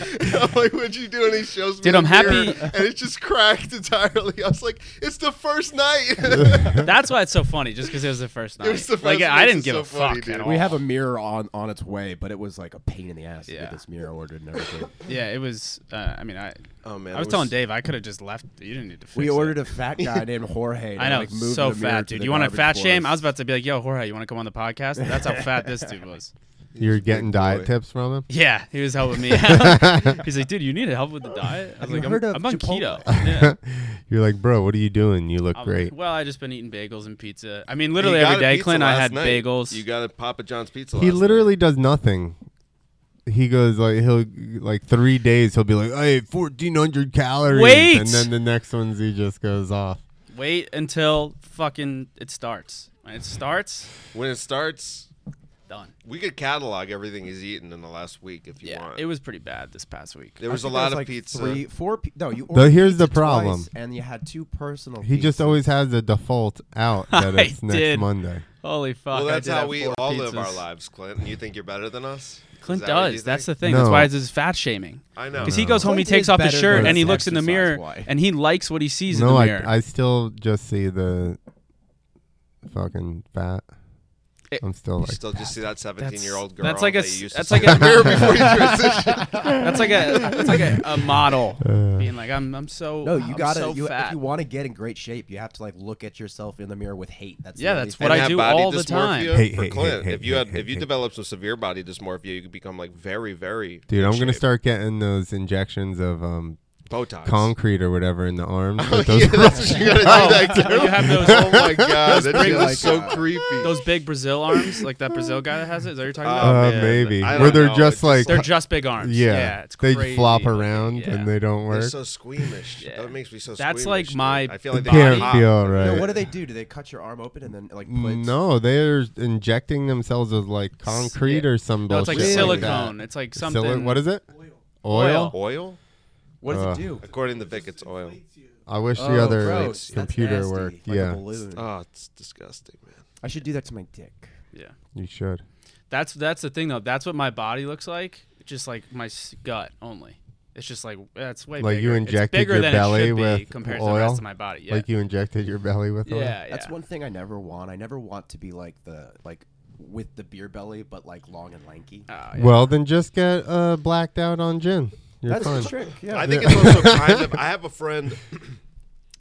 Speaker 1: like, "What'd you do?" And he shows me,
Speaker 3: Dude,
Speaker 1: the
Speaker 3: I'm happy-
Speaker 1: mirror, and it's just cracked entirely. I was like, "It's the first night."
Speaker 2: [laughs]
Speaker 3: That's why it's so funny, just because it was the first night.
Speaker 1: It was the first
Speaker 3: like
Speaker 1: night,
Speaker 3: I didn't
Speaker 1: it's
Speaker 3: give
Speaker 1: so
Speaker 3: a
Speaker 1: funny,
Speaker 3: fuck
Speaker 1: dude.
Speaker 3: at all.
Speaker 4: We have a mirror on on its way, but it was like a pain in the ass to
Speaker 3: Yeah.
Speaker 4: get this mirror ordered
Speaker 3: [laughs]
Speaker 4: and everything.
Speaker 3: yeah, it was. Uh, I mean, I.
Speaker 1: oh man,
Speaker 3: I was, telling Dave I could have just left. You didn't need to. Fix
Speaker 4: we ordered
Speaker 3: It.
Speaker 4: a fat
Speaker 3: [laughs]
Speaker 4: guy named Jorge. To
Speaker 3: I know,
Speaker 4: like move
Speaker 3: so
Speaker 4: the mirror
Speaker 3: fat,
Speaker 4: to
Speaker 3: dude.
Speaker 4: the
Speaker 3: You want a
Speaker 4: garbage
Speaker 3: fat
Speaker 4: for
Speaker 3: shame?
Speaker 4: us.
Speaker 3: I was about to be like, "Yo, Jorge, you want to come on the podcast?" That's how fat this dude was.
Speaker 2: You're getting
Speaker 1: big boy.
Speaker 2: diet tips from him.
Speaker 3: [laughs] Yeah, he was helping [laughs] me. out. He's like, "Dude, you need help with the diet." I was
Speaker 4: you
Speaker 3: like, "I'm,
Speaker 4: heard of
Speaker 3: I'm on
Speaker 4: Chipotle?"
Speaker 3: keto."
Speaker 1: [laughs]
Speaker 3: Yeah.
Speaker 2: You're like, bro, what are you doing? You look
Speaker 3: I'm-
Speaker 2: great.
Speaker 3: Um, Well, I just been eating bagels and pizza. I mean,
Speaker 1: You
Speaker 3: literally
Speaker 1: got
Speaker 3: every
Speaker 1: a
Speaker 3: day,
Speaker 1: pizza
Speaker 3: Clint. I
Speaker 1: last
Speaker 3: had
Speaker 1: night.
Speaker 3: bagels.
Speaker 1: You got a Papa John's pizza.
Speaker 2: He
Speaker 1: last night.
Speaker 2: literally does nothing. He goes like he'll like three days he'll be like, hey, fourteen hundred calories,
Speaker 3: Wait!
Speaker 2: and then the next ones he just goes off.
Speaker 3: Wait until fucking it starts. When it starts,
Speaker 1: when it starts.
Speaker 3: done.
Speaker 1: We could catalog everything he's eaten in the last week if you
Speaker 3: Yeah,
Speaker 1: want.
Speaker 3: it was pretty bad this past week.
Speaker 1: there
Speaker 4: I
Speaker 1: was a
Speaker 4: think
Speaker 1: lot of
Speaker 4: like
Speaker 1: pizza.
Speaker 4: Three, four. Pe- no, you.
Speaker 2: But
Speaker 4: ordered
Speaker 2: here's the
Speaker 4: pizza twice,
Speaker 2: problem.
Speaker 4: and you had two personal.
Speaker 2: He just
Speaker 4: pizzas.
Speaker 2: always has a default out that
Speaker 3: [laughs] I
Speaker 2: it's next
Speaker 3: did.
Speaker 2: Monday.
Speaker 3: Holy fuck!
Speaker 1: Well,
Speaker 3: I
Speaker 1: that's
Speaker 3: did
Speaker 1: how
Speaker 3: have
Speaker 1: we
Speaker 3: four
Speaker 1: all live
Speaker 3: pizzas.
Speaker 1: our lives, Clint. And you think you're better than us? Is
Speaker 3: Clint
Speaker 1: that what you
Speaker 3: does. That's the
Speaker 1: think?
Speaker 3: thing.
Speaker 2: No.
Speaker 3: That's why it's his fat shaming.
Speaker 1: I know.
Speaker 3: Because he goes home, he
Speaker 4: Clint
Speaker 3: takes
Speaker 4: is
Speaker 3: off his
Speaker 4: better
Speaker 3: shirt,
Speaker 4: than
Speaker 3: and he
Speaker 4: us
Speaker 3: looks in the mirror,
Speaker 4: exercise-wise.
Speaker 3: and he likes what he sees in
Speaker 2: No,
Speaker 3: the
Speaker 2: I
Speaker 3: mirror.
Speaker 2: I still just see the fucking fat.
Speaker 3: It-
Speaker 2: I'm still
Speaker 1: You
Speaker 2: like
Speaker 1: still just see that 17 year old girl.
Speaker 3: that's like a
Speaker 1: that you
Speaker 3: s-
Speaker 1: used
Speaker 3: that's
Speaker 1: to see
Speaker 3: like
Speaker 1: in the
Speaker 3: a-
Speaker 1: mirror [laughs] before you transition.
Speaker 3: that's like a that's like a, a [laughs] model being like, I'm I'm so
Speaker 4: No, you
Speaker 3: I'm
Speaker 4: gotta.
Speaker 3: so
Speaker 4: you, if
Speaker 3: fat.
Speaker 4: you want to get in great shape, you have to like look at yourself in the mirror with hate. That's the
Speaker 3: Yeah,
Speaker 4: only
Speaker 3: that's
Speaker 4: thing.
Speaker 3: what I
Speaker 1: have
Speaker 3: do
Speaker 1: body
Speaker 3: all the time.
Speaker 1: dysmorphia
Speaker 2: Hey,
Speaker 1: for
Speaker 2: hey,
Speaker 1: Clint,
Speaker 2: hey, hey,
Speaker 1: if you had,
Speaker 2: hey,
Speaker 1: if you
Speaker 2: hey.
Speaker 1: develop some severe body dysmorphia, you could become like very, very.
Speaker 2: Dude,
Speaker 1: in
Speaker 2: I'm gonna
Speaker 1: shape.
Speaker 2: start getting those injections of um,
Speaker 1: Botox.
Speaker 2: concrete or whatever in the arms.
Speaker 1: Oh, yeah, [laughs]
Speaker 2: with those
Speaker 1: that's what you gotta do. That
Speaker 3: Oh,
Speaker 1: too.
Speaker 3: you have those-
Speaker 1: oh my god, that
Speaker 4: bring
Speaker 1: shit
Speaker 4: like,
Speaker 1: is so
Speaker 4: uh,
Speaker 1: creepy.
Speaker 3: Those big Brazil arms, like that Brazil guy that has it. Is that what you're talking
Speaker 1: Uh,
Speaker 3: about?
Speaker 2: uh,
Speaker 1: man,
Speaker 2: maybe
Speaker 1: I
Speaker 2: where
Speaker 1: don't
Speaker 2: they're
Speaker 1: know, it's
Speaker 2: just
Speaker 1: just
Speaker 2: like
Speaker 3: They're just big arms.
Speaker 2: yeah,
Speaker 3: it's
Speaker 2: they
Speaker 3: crazy.
Speaker 2: flop around
Speaker 3: Yeah.
Speaker 2: and they don't
Speaker 1: They're
Speaker 2: work.
Speaker 1: so squeamish.
Speaker 3: Yeah.
Speaker 1: That makes me so.
Speaker 3: That's
Speaker 1: squeamish,
Speaker 3: like
Speaker 1: dude.
Speaker 3: my
Speaker 1: I feel like they
Speaker 3: body-
Speaker 2: Can't
Speaker 1: pop.
Speaker 2: feel right.
Speaker 4: No, what do they do? Do they cut your arm open and then like put?
Speaker 2: No, they're injecting themselves with like concrete
Speaker 3: yeah.
Speaker 2: or some
Speaker 3: No,
Speaker 2: bullshit.
Speaker 3: it's like
Speaker 4: Really?
Speaker 2: like
Speaker 3: silicone.
Speaker 2: that.
Speaker 3: It's like
Speaker 2: Sili-
Speaker 3: something.
Speaker 2: what is it?
Speaker 3: Oil.
Speaker 1: Oil?
Speaker 4: What does
Speaker 2: Uh,
Speaker 4: it do?
Speaker 1: According to Vic, it's oil.
Speaker 2: I wish
Speaker 4: Oh,
Speaker 2: the other
Speaker 4: gross. That's
Speaker 2: computer
Speaker 4: nasty,
Speaker 2: worked.
Speaker 4: like a
Speaker 2: yeah,
Speaker 4: balloon.
Speaker 1: Oh, it's disgusting, man.
Speaker 4: I should do that to my dick.
Speaker 3: Yeah.
Speaker 2: you should.
Speaker 3: That's that's the thing though. That's what my body looks like. Just like my s- gut only. It's just like that's way
Speaker 2: Like
Speaker 3: bigger.
Speaker 2: you
Speaker 3: It's
Speaker 2: injected
Speaker 3: bigger
Speaker 2: your
Speaker 3: than it
Speaker 2: belly
Speaker 3: should be
Speaker 2: with
Speaker 3: compared to the
Speaker 2: oil?
Speaker 3: rest of my body. Yeah.
Speaker 2: Like you injected your belly with
Speaker 3: yeah,
Speaker 2: oil.
Speaker 3: yeah.
Speaker 4: That's one thing I never want. I never want to be like the like with the beer belly, but like long and lanky.
Speaker 1: Uh,
Speaker 3: Oh, yeah.
Speaker 2: Well, then just get uh, blacked out on gin. You're
Speaker 4: That's
Speaker 2: fine.
Speaker 4: the trick. Yeah.
Speaker 1: I think it's also kind of. I have a friend. [coughs]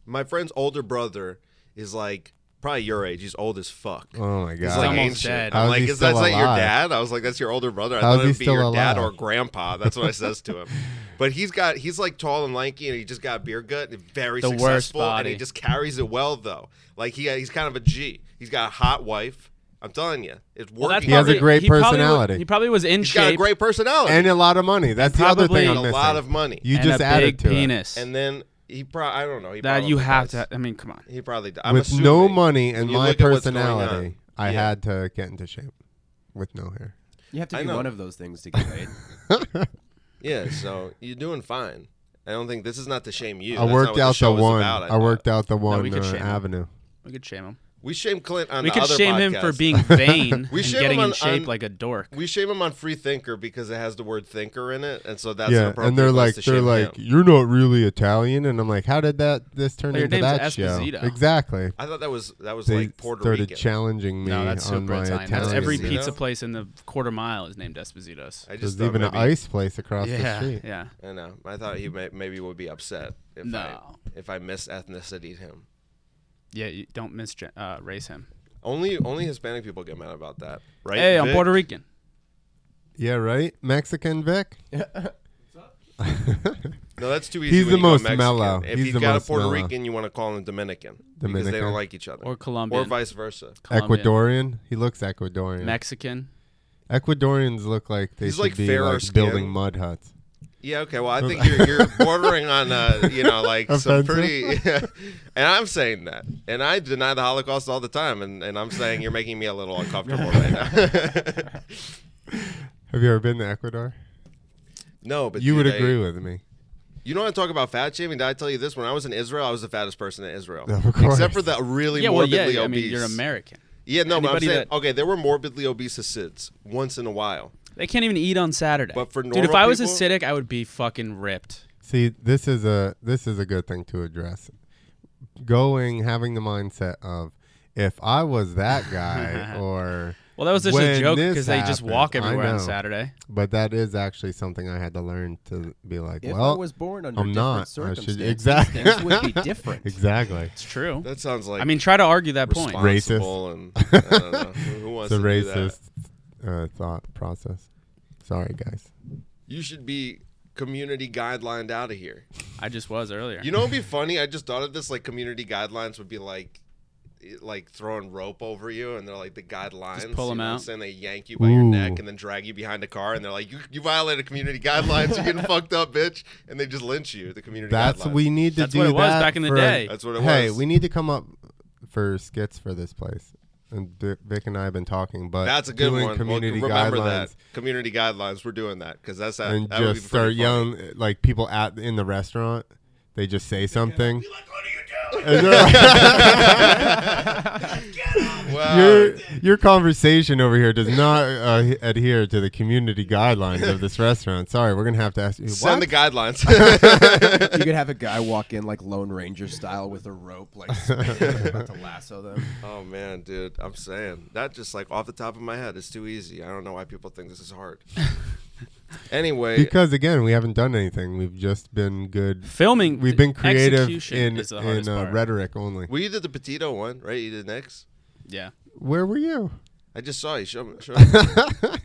Speaker 1: My friend's older brother is like probably your age. He's old as fuck.
Speaker 2: Oh my god.
Speaker 1: He's like
Speaker 3: almost
Speaker 1: ancient.
Speaker 3: dead.
Speaker 1: I'm
Speaker 2: How's
Speaker 1: like,
Speaker 2: he
Speaker 1: is that
Speaker 2: still
Speaker 1: is that your
Speaker 2: alive?
Speaker 1: dad? I was like, that's your older brother. I
Speaker 2: How's
Speaker 1: thought
Speaker 2: he
Speaker 1: it'd be
Speaker 2: still
Speaker 1: your dad
Speaker 2: alive?
Speaker 1: or grandpa. That's what I says to him. But he's got he's like tall and lanky, and he just got beer gut and very
Speaker 3: The worst
Speaker 1: successful, and he
Speaker 3: body.
Speaker 1: just carries it well though. Like he he's kind of a G. He's got a hot wife. I'm telling you, it's working.
Speaker 3: Well, that's
Speaker 2: He has a
Speaker 3: probably-
Speaker 2: great
Speaker 3: he probably wa-
Speaker 2: personality.
Speaker 3: he probably was in
Speaker 1: He's
Speaker 3: shape.
Speaker 1: got a great personality
Speaker 2: and a lot of money. That's the other
Speaker 3: probably
Speaker 2: thing
Speaker 1: and
Speaker 2: I'm
Speaker 1: a
Speaker 2: missing.
Speaker 1: lot of money.
Speaker 2: you
Speaker 3: and
Speaker 2: just
Speaker 3: a
Speaker 2: added
Speaker 3: big
Speaker 2: to it.
Speaker 3: penis.
Speaker 1: and then he probably I don't know. He
Speaker 3: that you
Speaker 1: probably
Speaker 3: have
Speaker 1: does.
Speaker 3: to. I mean, come on.
Speaker 1: He probably did. I'm
Speaker 2: with no
Speaker 1: assuming.
Speaker 2: money and
Speaker 1: When you
Speaker 2: my
Speaker 1: look at what's going
Speaker 2: personality,
Speaker 1: on.
Speaker 2: I
Speaker 1: Yeah.
Speaker 2: had to get into shape with no hair.
Speaker 4: you have to
Speaker 1: I
Speaker 4: be
Speaker 1: know.
Speaker 4: one of those things to get laid.
Speaker 1: Yeah, so you're doing fine. I don't think this is not to shame you.
Speaker 2: I
Speaker 1: That's not
Speaker 2: worked
Speaker 1: what the
Speaker 2: out the
Speaker 1: show is
Speaker 2: one.
Speaker 1: about,
Speaker 2: I worked out the one
Speaker 3: we could
Speaker 2: uh,
Speaker 3: shame him.
Speaker 2: avenue.
Speaker 3: We could shame him.
Speaker 1: We shame Clint on
Speaker 3: We
Speaker 1: the
Speaker 3: could
Speaker 1: other
Speaker 3: shame him for
Speaker 1: podcast.
Speaker 2: [laughs]
Speaker 3: being vain
Speaker 1: We
Speaker 3: and
Speaker 1: shame
Speaker 3: getting
Speaker 1: him
Speaker 3: in
Speaker 1: on-
Speaker 3: shape
Speaker 1: on-
Speaker 3: like a dork.
Speaker 1: We shame him on free thinker because it has the word thinker in it, and so that's
Speaker 2: yeah,
Speaker 1: inappropriate
Speaker 2: and they're
Speaker 1: for us
Speaker 2: like,
Speaker 1: to
Speaker 2: they're
Speaker 1: shame
Speaker 2: like,
Speaker 1: him.
Speaker 2: you're not really Italian, and I'm like, how did that this turn
Speaker 3: Well, your
Speaker 2: into
Speaker 3: name's
Speaker 2: that
Speaker 3: Esposito.
Speaker 2: show? Exactly.
Speaker 1: I thought that was that was
Speaker 2: They
Speaker 1: like Puerto
Speaker 2: started
Speaker 1: Rican.
Speaker 2: challenging me
Speaker 3: No, that's
Speaker 2: on
Speaker 3: super
Speaker 2: my
Speaker 3: Italian.
Speaker 2: Italian.
Speaker 3: That's every
Speaker 1: Esposito.
Speaker 3: pizza place in the quarter mile is named Esposito's.
Speaker 1: I just
Speaker 2: There's
Speaker 1: thought
Speaker 2: even an
Speaker 1: maybe-
Speaker 2: ice place across the
Speaker 3: Yeah,
Speaker 2: street.
Speaker 3: yeah.
Speaker 1: I know. I thought he may, maybe would be upset if I
Speaker 3: No.
Speaker 1: if I miss ethnicity him.
Speaker 3: Yeah, you don't miss uh, race him.
Speaker 1: Only only Hispanic people get mad about that, right?
Speaker 3: Hey, I'm
Speaker 1: Vic?
Speaker 3: Puerto Rican.
Speaker 2: Yeah, right. Mexican
Speaker 3: [laughs]
Speaker 2: Vic. [laughs]
Speaker 1: No, that's too easy.
Speaker 2: He's
Speaker 1: when
Speaker 2: the
Speaker 1: you go
Speaker 2: most
Speaker 1: Mexican.
Speaker 2: mellow.
Speaker 1: If
Speaker 2: He's
Speaker 1: you've
Speaker 2: the
Speaker 1: got a
Speaker 2: most
Speaker 1: Puerto
Speaker 2: mellow.
Speaker 1: Rican, you want to call him Dominican, because they
Speaker 2: Dominican.
Speaker 1: don't like each other,
Speaker 3: Or Colombian.
Speaker 1: or vice versa.
Speaker 3: Colombian.
Speaker 2: Ecuadorian. He looks Ecuadorian.
Speaker 3: Mexican.
Speaker 2: Ecuadorians look like they
Speaker 1: He's
Speaker 2: should
Speaker 1: like
Speaker 2: be
Speaker 1: fairer
Speaker 2: like building
Speaker 1: skin.
Speaker 2: mud huts.
Speaker 1: Yeah, okay. Well, I think you're,
Speaker 2: [laughs]
Speaker 1: you're bordering on, uh, you know, like some
Speaker 2: Offensive?
Speaker 1: pretty. [laughs] and I'm saying that. And I deny the Holocaust all the time. And, and I'm saying you're making me a little uncomfortable right now. [laughs]
Speaker 2: Have you ever been to Ecuador?
Speaker 1: no, but
Speaker 2: you would
Speaker 1: dude, I-
Speaker 2: agree with me.
Speaker 1: You know, when I talk about fat shaming. Did I tell you this? When I was in Israel, I was the fattest person in Israel.
Speaker 2: Of course.
Speaker 1: Except for the really
Speaker 3: Yeah, well,
Speaker 1: morbidly obese.
Speaker 3: yeah. I mean, you're American.
Speaker 1: Yeah, no, but I'm
Speaker 3: Anybody
Speaker 1: saying,
Speaker 3: that-
Speaker 1: okay, there were morbidly obese Hasids once in a while.
Speaker 3: They can't even eat on Saturday.
Speaker 1: But for
Speaker 3: dude, if
Speaker 1: normal
Speaker 3: I was
Speaker 1: people-
Speaker 3: acidic, I would be fucking ripped.
Speaker 2: See, this is a this is a good thing to address. Going having the mindset of if I was that
Speaker 3: [laughs]
Speaker 2: guy or
Speaker 3: Well, that was just a
Speaker 2: when
Speaker 3: joke
Speaker 2: this
Speaker 3: because they just
Speaker 2: happened,
Speaker 3: walk
Speaker 2: I
Speaker 3: everywhere on
Speaker 2: know.
Speaker 3: Saturday.
Speaker 2: But that is actually something I had to learn to be like,
Speaker 4: If
Speaker 2: well,
Speaker 4: I was born under
Speaker 2: I'm
Speaker 4: different
Speaker 2: not. I should-
Speaker 4: circumstances,
Speaker 2: exactly.
Speaker 4: things would
Speaker 2: [laughs]
Speaker 4: be different.
Speaker 2: exactly.
Speaker 3: It's true.
Speaker 1: That sounds like
Speaker 3: I mean, try to argue that point.
Speaker 1: responsible And, I don't know. Who,
Speaker 2: [laughs]
Speaker 1: who wants
Speaker 2: It's a
Speaker 1: to do that?
Speaker 2: racist uh, thought process. Sorry, guys.
Speaker 1: You should be community guidelined out of here.
Speaker 3: I just was earlier.
Speaker 1: You know, it'd be funny. I just thought of this. Like community guidelines would be like, it- like throwing rope over you, and they're like the guidelines.
Speaker 3: pull
Speaker 1: you
Speaker 3: 'em
Speaker 1: know what I'm
Speaker 3: out.
Speaker 1: saying they yank you by your neck
Speaker 2: Ooh.
Speaker 1: and then drag you behind a car, and they're like, "You, you violated community guidelines. You're getting fucked up, bitch," and they just lynch you. The community.
Speaker 2: That's
Speaker 1: guidelines.
Speaker 2: we need to
Speaker 3: That's
Speaker 2: do
Speaker 3: what it was
Speaker 2: that
Speaker 3: back in the
Speaker 2: for-
Speaker 3: day.
Speaker 1: That's what it
Speaker 2: hey,
Speaker 1: was.
Speaker 2: we need to come up for skits for this place. And Vic Vic and I have been talking, but
Speaker 1: That's a good
Speaker 2: doing
Speaker 1: one.
Speaker 2: Community
Speaker 1: well, remember
Speaker 2: guidelines
Speaker 1: that community guidelines. We're doing that because that's that.
Speaker 2: and
Speaker 1: that would be
Speaker 2: just start
Speaker 1: pretty funny.
Speaker 2: yelling like people at in the restaurant. They just say something. [laughs]
Speaker 1: [laughs] Wow.
Speaker 2: [laughs] your your conversation over here does not uh, adhere to the community guidelines of this restaurant. Sorry, we're gonna have to ask you.
Speaker 1: Send
Speaker 2: what?
Speaker 1: the guidelines. [laughs]
Speaker 2: [laughs]
Speaker 4: you could have a guy walk in like Lone Ranger style with a rope, like about to lasso them.
Speaker 1: oh man, dude, I'm saying that just like off the top of my head, it's too easy. I don't know why people think this is
Speaker 2: [laughs]
Speaker 1: hard. anyway,
Speaker 2: because again, we haven't done anything. We've just been good.
Speaker 3: Filming.
Speaker 2: We've been creative
Speaker 3: execution
Speaker 2: in
Speaker 3: is the
Speaker 2: in
Speaker 3: hardest
Speaker 2: uh,
Speaker 3: part.
Speaker 2: rhetoric only.
Speaker 1: we did the Petito one, right? You did next.
Speaker 2: [laughs]
Speaker 3: Yeah.
Speaker 2: Where were you? [laughs]
Speaker 1: I just saw you. Show me. Show me.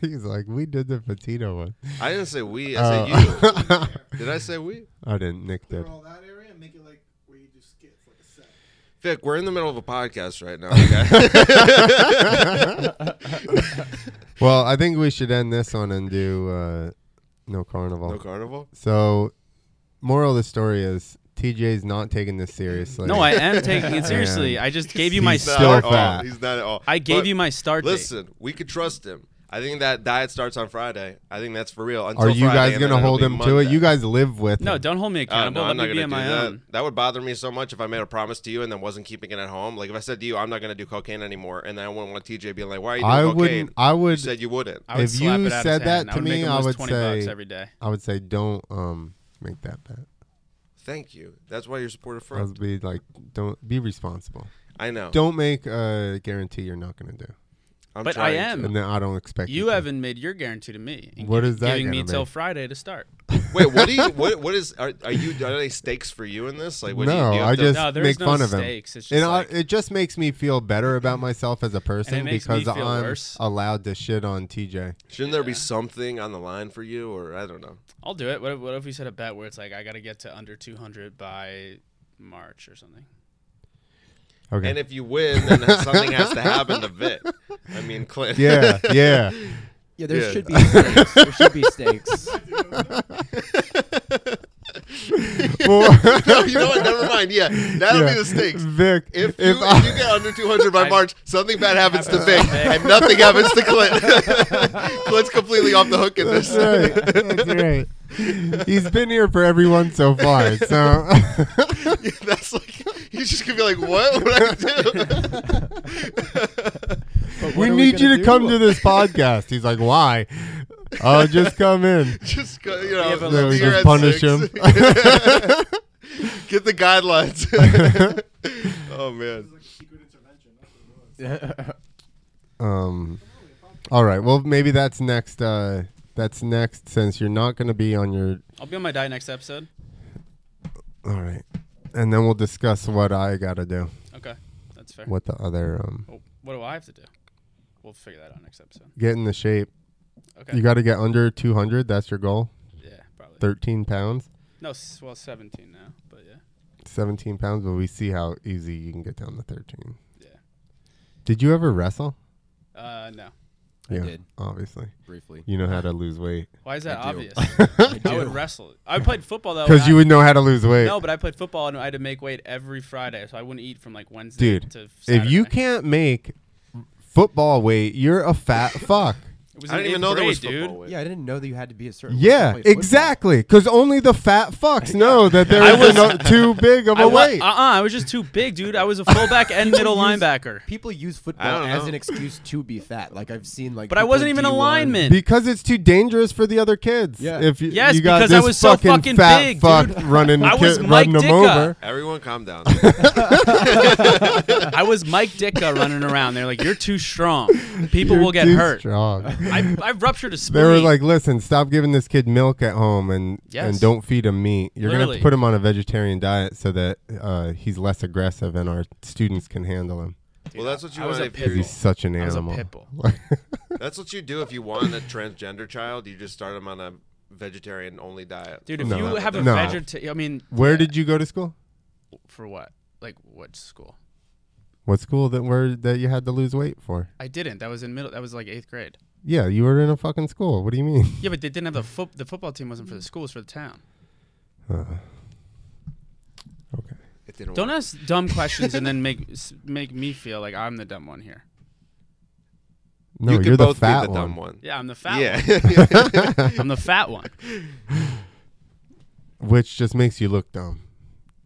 Speaker 2: He's like, we did the Petito one.
Speaker 1: I didn't say we. I said
Speaker 2: Oh. [laughs]
Speaker 1: you. Did I say we?
Speaker 2: I didn't. Nick did.
Speaker 5: Clear all that area and make it like where you do skits, like a set.
Speaker 1: Vic, we're in the middle of a podcast right
Speaker 2: [laughs]
Speaker 1: now. Okay?
Speaker 2: [laughs] Well, I think we should end this one and do uh, no carnival.
Speaker 1: no carnival.
Speaker 2: So, moral of the story is TJ's not taking this seriously.
Speaker 3: No, I am taking it seriously. I just gave you my
Speaker 2: He's
Speaker 1: Not
Speaker 2: still
Speaker 1: at
Speaker 3: start.
Speaker 1: all.
Speaker 2: fat.
Speaker 1: He's not at all.
Speaker 3: I gave
Speaker 1: But
Speaker 3: you my start date.
Speaker 1: Listen, we could trust him. I think that diet starts on Friday. I think that's for real. Until
Speaker 2: [laughs] Are you
Speaker 1: Friday,
Speaker 2: guys
Speaker 1: and then
Speaker 2: gonna
Speaker 1: it'll
Speaker 2: hold
Speaker 1: be
Speaker 2: him to
Speaker 1: Monday.
Speaker 2: it? You guys live with
Speaker 3: No,
Speaker 2: him.
Speaker 3: don't hold me
Speaker 1: Uh, no,
Speaker 3: accountable.
Speaker 1: I'm
Speaker 3: Let
Speaker 1: not
Speaker 3: me be
Speaker 1: gonna
Speaker 3: on
Speaker 1: do
Speaker 3: my
Speaker 1: that.
Speaker 3: own.
Speaker 1: That would bother me so much if I made a promise to you and then wasn't keeping it at home. Like if I said to you, "I'm not gonna do cocaine anymore," and then I wouldn't want TJ being like, "Why are you doing
Speaker 2: I
Speaker 1: cocaine?"
Speaker 2: wouldn't. I
Speaker 1: You
Speaker 2: would.
Speaker 1: said you wouldn't.
Speaker 3: I would
Speaker 2: If
Speaker 3: slap
Speaker 2: you
Speaker 3: it out
Speaker 2: said
Speaker 3: his
Speaker 2: that
Speaker 3: hand.
Speaker 2: to
Speaker 3: I would
Speaker 2: me,
Speaker 3: make him
Speaker 2: I
Speaker 3: lose
Speaker 2: would
Speaker 3: 20 bucks
Speaker 2: say-
Speaker 3: every day.
Speaker 2: I would say don't um make that bet.
Speaker 1: Thank you. That's why you're a supportive
Speaker 2: I
Speaker 1: friend.
Speaker 2: would be like, don't be responsible.
Speaker 1: I know.
Speaker 2: Don't make a guarantee you're not gonna do,
Speaker 1: I'm
Speaker 3: But I
Speaker 1: trying
Speaker 3: am.
Speaker 2: and then I don't expect you.
Speaker 3: You
Speaker 2: to.
Speaker 3: haven't made your guarantee to me. and
Speaker 2: What
Speaker 3: gi-
Speaker 2: is that
Speaker 3: Giving me
Speaker 2: gonna
Speaker 3: till
Speaker 2: mean?
Speaker 3: Friday to start.
Speaker 1: to. Wait, what do
Speaker 3: [laughs]
Speaker 1: you? What? What is? Are, are you? Are there stakes for you in this? Like, what do you
Speaker 2: no,
Speaker 1: do? you
Speaker 2: I
Speaker 1: have to-
Speaker 2: just
Speaker 3: No, there's
Speaker 2: make
Speaker 3: no
Speaker 2: fun of him.
Speaker 3: stakes. It's just
Speaker 2: and
Speaker 3: like-
Speaker 2: I, it just makes me feel better about myself as a person
Speaker 3: makes me
Speaker 2: because
Speaker 3: feel
Speaker 2: I'm
Speaker 3: worse.
Speaker 2: allowed to shit on TJ.
Speaker 1: Shouldn't there be something on the line for you, or I don't know?
Speaker 3: I'll do it. What if, what if we set a bet where it's like I got to get to under 200 by March or something?
Speaker 2: Okay.
Speaker 1: And if you win, then something has to happen to Vic. I mean, Clint. [laughs]
Speaker 2: [laughs] yeah, yeah.
Speaker 4: Yeah, there
Speaker 1: Yeah.
Speaker 4: should be stakes. There should be
Speaker 2: [laughs]
Speaker 4: stakes.
Speaker 2: Well,
Speaker 1: no, you know what? Never mind. Yeah, that'll
Speaker 2: yeah.
Speaker 1: be the stakes.
Speaker 2: Vic.
Speaker 1: If, you,
Speaker 2: I-
Speaker 1: if you get
Speaker 2: [laughs]
Speaker 1: under 200 by
Speaker 3: [laughs] I-
Speaker 1: March, something bad happens
Speaker 3: [laughs]
Speaker 1: to
Speaker 3: Happens
Speaker 1: Vic,
Speaker 3: to Vic.
Speaker 1: and [laughs] nothing happens to Clint. Clint's completely off the hook in this. [laughs]
Speaker 2: That's right. That's right. He's been here for everyone so far.
Speaker 1: [laughs]
Speaker 2: So [laughs]
Speaker 1: That's like he's just gonna be like, what would I do?
Speaker 2: we need you to come to this podcast. He's like, why? Oh, just come in.
Speaker 1: [laughs] just go, you know,
Speaker 3: Yeah, but
Speaker 2: Then we
Speaker 1: you're
Speaker 2: just
Speaker 1: at
Speaker 2: punish
Speaker 1: six. [laughs]
Speaker 2: him.
Speaker 1: Get the guidelines. [laughs] oh man.
Speaker 5: It's like a secret intervention. That's what it was.
Speaker 2: Um, all right. Well, maybe that's next. Uh, that's next since you're not going to be on your.
Speaker 3: I'll be on my diet next episode.
Speaker 2: All right. And then we'll discuss what I got to do.
Speaker 3: Okay, that's fair.
Speaker 2: What the other. Um,
Speaker 3: Well, what do I have to do? We'll figure that out next episode.
Speaker 2: get in the shape.
Speaker 3: Okay.
Speaker 2: You got to get under 200. That's your goal.
Speaker 3: yeah, probably.
Speaker 2: 13 pounds.
Speaker 3: No, s- well, 17 now, but yeah.
Speaker 2: 17 pounds. But we see how easy you can get down to 13.
Speaker 3: Yeah.
Speaker 2: Did you ever wrestle?
Speaker 3: Uh, no.
Speaker 4: I did.
Speaker 2: Obviously. [laughs]
Speaker 4: briefly.
Speaker 2: You know how to lose weight.
Speaker 3: Why is that
Speaker 4: I do.
Speaker 2: [laughs]
Speaker 3: obvious?
Speaker 4: I,
Speaker 3: I would wrestle. I played football though.
Speaker 2: Because
Speaker 3: and
Speaker 2: you
Speaker 3: Oh, I-
Speaker 2: would know how to lose weight.
Speaker 3: No, but I played football and I had to make weight every Friday, so I wouldn't eat from like Wednesday
Speaker 2: Dude,
Speaker 3: to
Speaker 2: if
Speaker 3: Saturday.
Speaker 2: you can't make football weight, you're a
Speaker 3: [laughs]
Speaker 2: fat fuck.
Speaker 3: It was
Speaker 1: I
Speaker 3: in
Speaker 1: didn't even
Speaker 3: eighth
Speaker 1: know
Speaker 3: grade,
Speaker 1: there was
Speaker 3: dude.
Speaker 1: football weight.
Speaker 4: Yeah, I didn't know that you had to be a certain. weight to
Speaker 2: Yeah,
Speaker 4: play football.
Speaker 2: exactly. Because only the fat
Speaker 3: [laughs]
Speaker 2: fucks know that there
Speaker 3: I
Speaker 2: is no, too big of
Speaker 3: I
Speaker 2: a
Speaker 3: wa-
Speaker 2: weight.
Speaker 3: Uh-uh, I was just too big, dude. I was a
Speaker 2: [laughs]
Speaker 3: fullback and middle linebacker.
Speaker 4: People use
Speaker 1: I
Speaker 4: football
Speaker 1: don't
Speaker 4: as
Speaker 1: know.
Speaker 4: an excuse to be fat. Like I've seen, like.
Speaker 3: But I
Speaker 4: people
Speaker 3: wasn't
Speaker 4: in
Speaker 3: even a
Speaker 4: D1.
Speaker 3: lineman.
Speaker 2: because it's too dangerous for the other kids.
Speaker 4: Yeah.
Speaker 2: If you,
Speaker 3: Yes,
Speaker 2: you got
Speaker 3: because I
Speaker 2: this
Speaker 3: was so
Speaker 2: fucking,
Speaker 3: fucking
Speaker 2: fat
Speaker 3: big,
Speaker 2: fuck
Speaker 3: dude.
Speaker 2: running, the
Speaker 3: I was
Speaker 2: kid-
Speaker 3: Mike
Speaker 2: running them
Speaker 3: Ditka.
Speaker 2: over.
Speaker 1: Everyone, calm
Speaker 3: [laughs]
Speaker 1: down.
Speaker 3: I was Mike Dicka running around. They're like, "You're
Speaker 2: [laughs]
Speaker 3: too strong. People
Speaker 2: You're
Speaker 3: will get
Speaker 2: too
Speaker 3: hurt." [laughs]
Speaker 2: Strong.
Speaker 3: I, I ruptured
Speaker 2: [laughs]
Speaker 3: a
Speaker 2: they
Speaker 3: spleen.
Speaker 2: were like, "Listen, stop giving this kid milk at home, and
Speaker 3: Yes.
Speaker 2: and don't feed him meat. You're gonna have
Speaker 3: Literally.
Speaker 2: to put him on a vegetarian diet so that uh, he's less aggressive, and our students can handle him.
Speaker 1: well, that's what you
Speaker 3: I was
Speaker 1: want.
Speaker 3: a
Speaker 1: If
Speaker 3: pit
Speaker 1: you,
Speaker 2: He's such an
Speaker 3: I was a
Speaker 2: animal.
Speaker 3: pit bull.
Speaker 1: that's what you do if you want a transgender child. You just start them on a vegetarian only diet.
Speaker 3: dude, if
Speaker 2: No.
Speaker 3: you have a
Speaker 2: No.
Speaker 3: vegetarian, I mean,
Speaker 2: [laughs] Where
Speaker 3: yeah,
Speaker 2: did you go to school?
Speaker 3: for what? Like what school?
Speaker 2: What school that where that you had to lose weight for?
Speaker 3: I didn't. That was in middle. That was like eighth grade.
Speaker 2: Yeah, you were in a fucking school. What do you mean? [laughs]
Speaker 3: Yeah, but they didn't have the foot. The football team wasn't for the school. It was for the town.
Speaker 2: Uh, Okay.
Speaker 1: It didn't
Speaker 3: Don't
Speaker 1: work.
Speaker 3: ask dumb questions and then make s- make me feel like I'm the dumb one here.
Speaker 2: No,
Speaker 1: you
Speaker 2: are
Speaker 1: could
Speaker 2: the
Speaker 1: both
Speaker 2: fat
Speaker 1: be the
Speaker 2: one.
Speaker 1: dumb one.
Speaker 3: Yeah, I'm the fat
Speaker 1: yeah.
Speaker 3: one. I'm the fat one.
Speaker 2: which just makes you look dumb.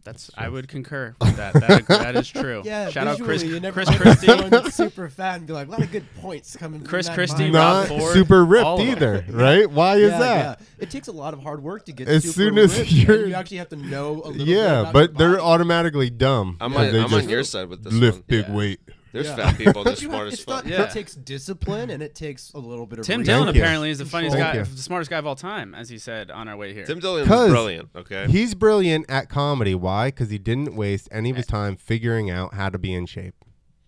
Speaker 3: That's I would concur with that. That, that is true.
Speaker 4: [laughs] Yeah.
Speaker 3: Shout out Chris
Speaker 4: visually, you never
Speaker 3: Chris
Speaker 4: look at someone
Speaker 3: Christie.
Speaker 4: that's super fat and be like, a lot of good points coming. from
Speaker 3: Chris
Speaker 4: that
Speaker 3: Christie,
Speaker 4: mind."
Speaker 2: Not
Speaker 3: Rob Ford,
Speaker 2: super
Speaker 3: all
Speaker 2: ripped
Speaker 3: of
Speaker 2: either,
Speaker 4: [laughs]
Speaker 3: them.
Speaker 2: right? Why
Speaker 4: Yeah,
Speaker 2: is that?
Speaker 4: yeah. It takes a lot of hard work to get.
Speaker 2: As
Speaker 4: super
Speaker 2: soon as
Speaker 4: ripped,
Speaker 2: you're-
Speaker 4: and you actually have to know a little. bit
Speaker 2: Yeah,
Speaker 4: about your
Speaker 2: but they're
Speaker 4: body.
Speaker 2: automatically dumb.
Speaker 1: [laughs] I'm,
Speaker 2: 'cause
Speaker 1: on,
Speaker 2: they
Speaker 1: I'm on
Speaker 2: just
Speaker 1: your side with this
Speaker 2: lift
Speaker 1: one.
Speaker 2: big
Speaker 3: Yeah.
Speaker 2: weight.
Speaker 1: There's
Speaker 4: Yeah.
Speaker 1: fat people.
Speaker 3: [laughs]
Speaker 1: They're
Speaker 4: You have-
Speaker 1: smart as
Speaker 4: it's
Speaker 1: fuck.
Speaker 4: not-
Speaker 3: Yeah.
Speaker 4: It takes discipline and it takes a little bit of.
Speaker 3: Tim
Speaker 4: research.
Speaker 3: Dillon
Speaker 2: Thank you.
Speaker 3: apparently is the funniest
Speaker 2: Thank
Speaker 3: guy,
Speaker 2: you.
Speaker 3: the smartest guy of all time, as he said on our way here.
Speaker 1: Tim Dillon was
Speaker 2: 'Cause
Speaker 1: brilliant. Okay.
Speaker 2: [laughs] He's brilliant at comedy. Why? Because he didn't waste any of his time figuring out how to be in shape.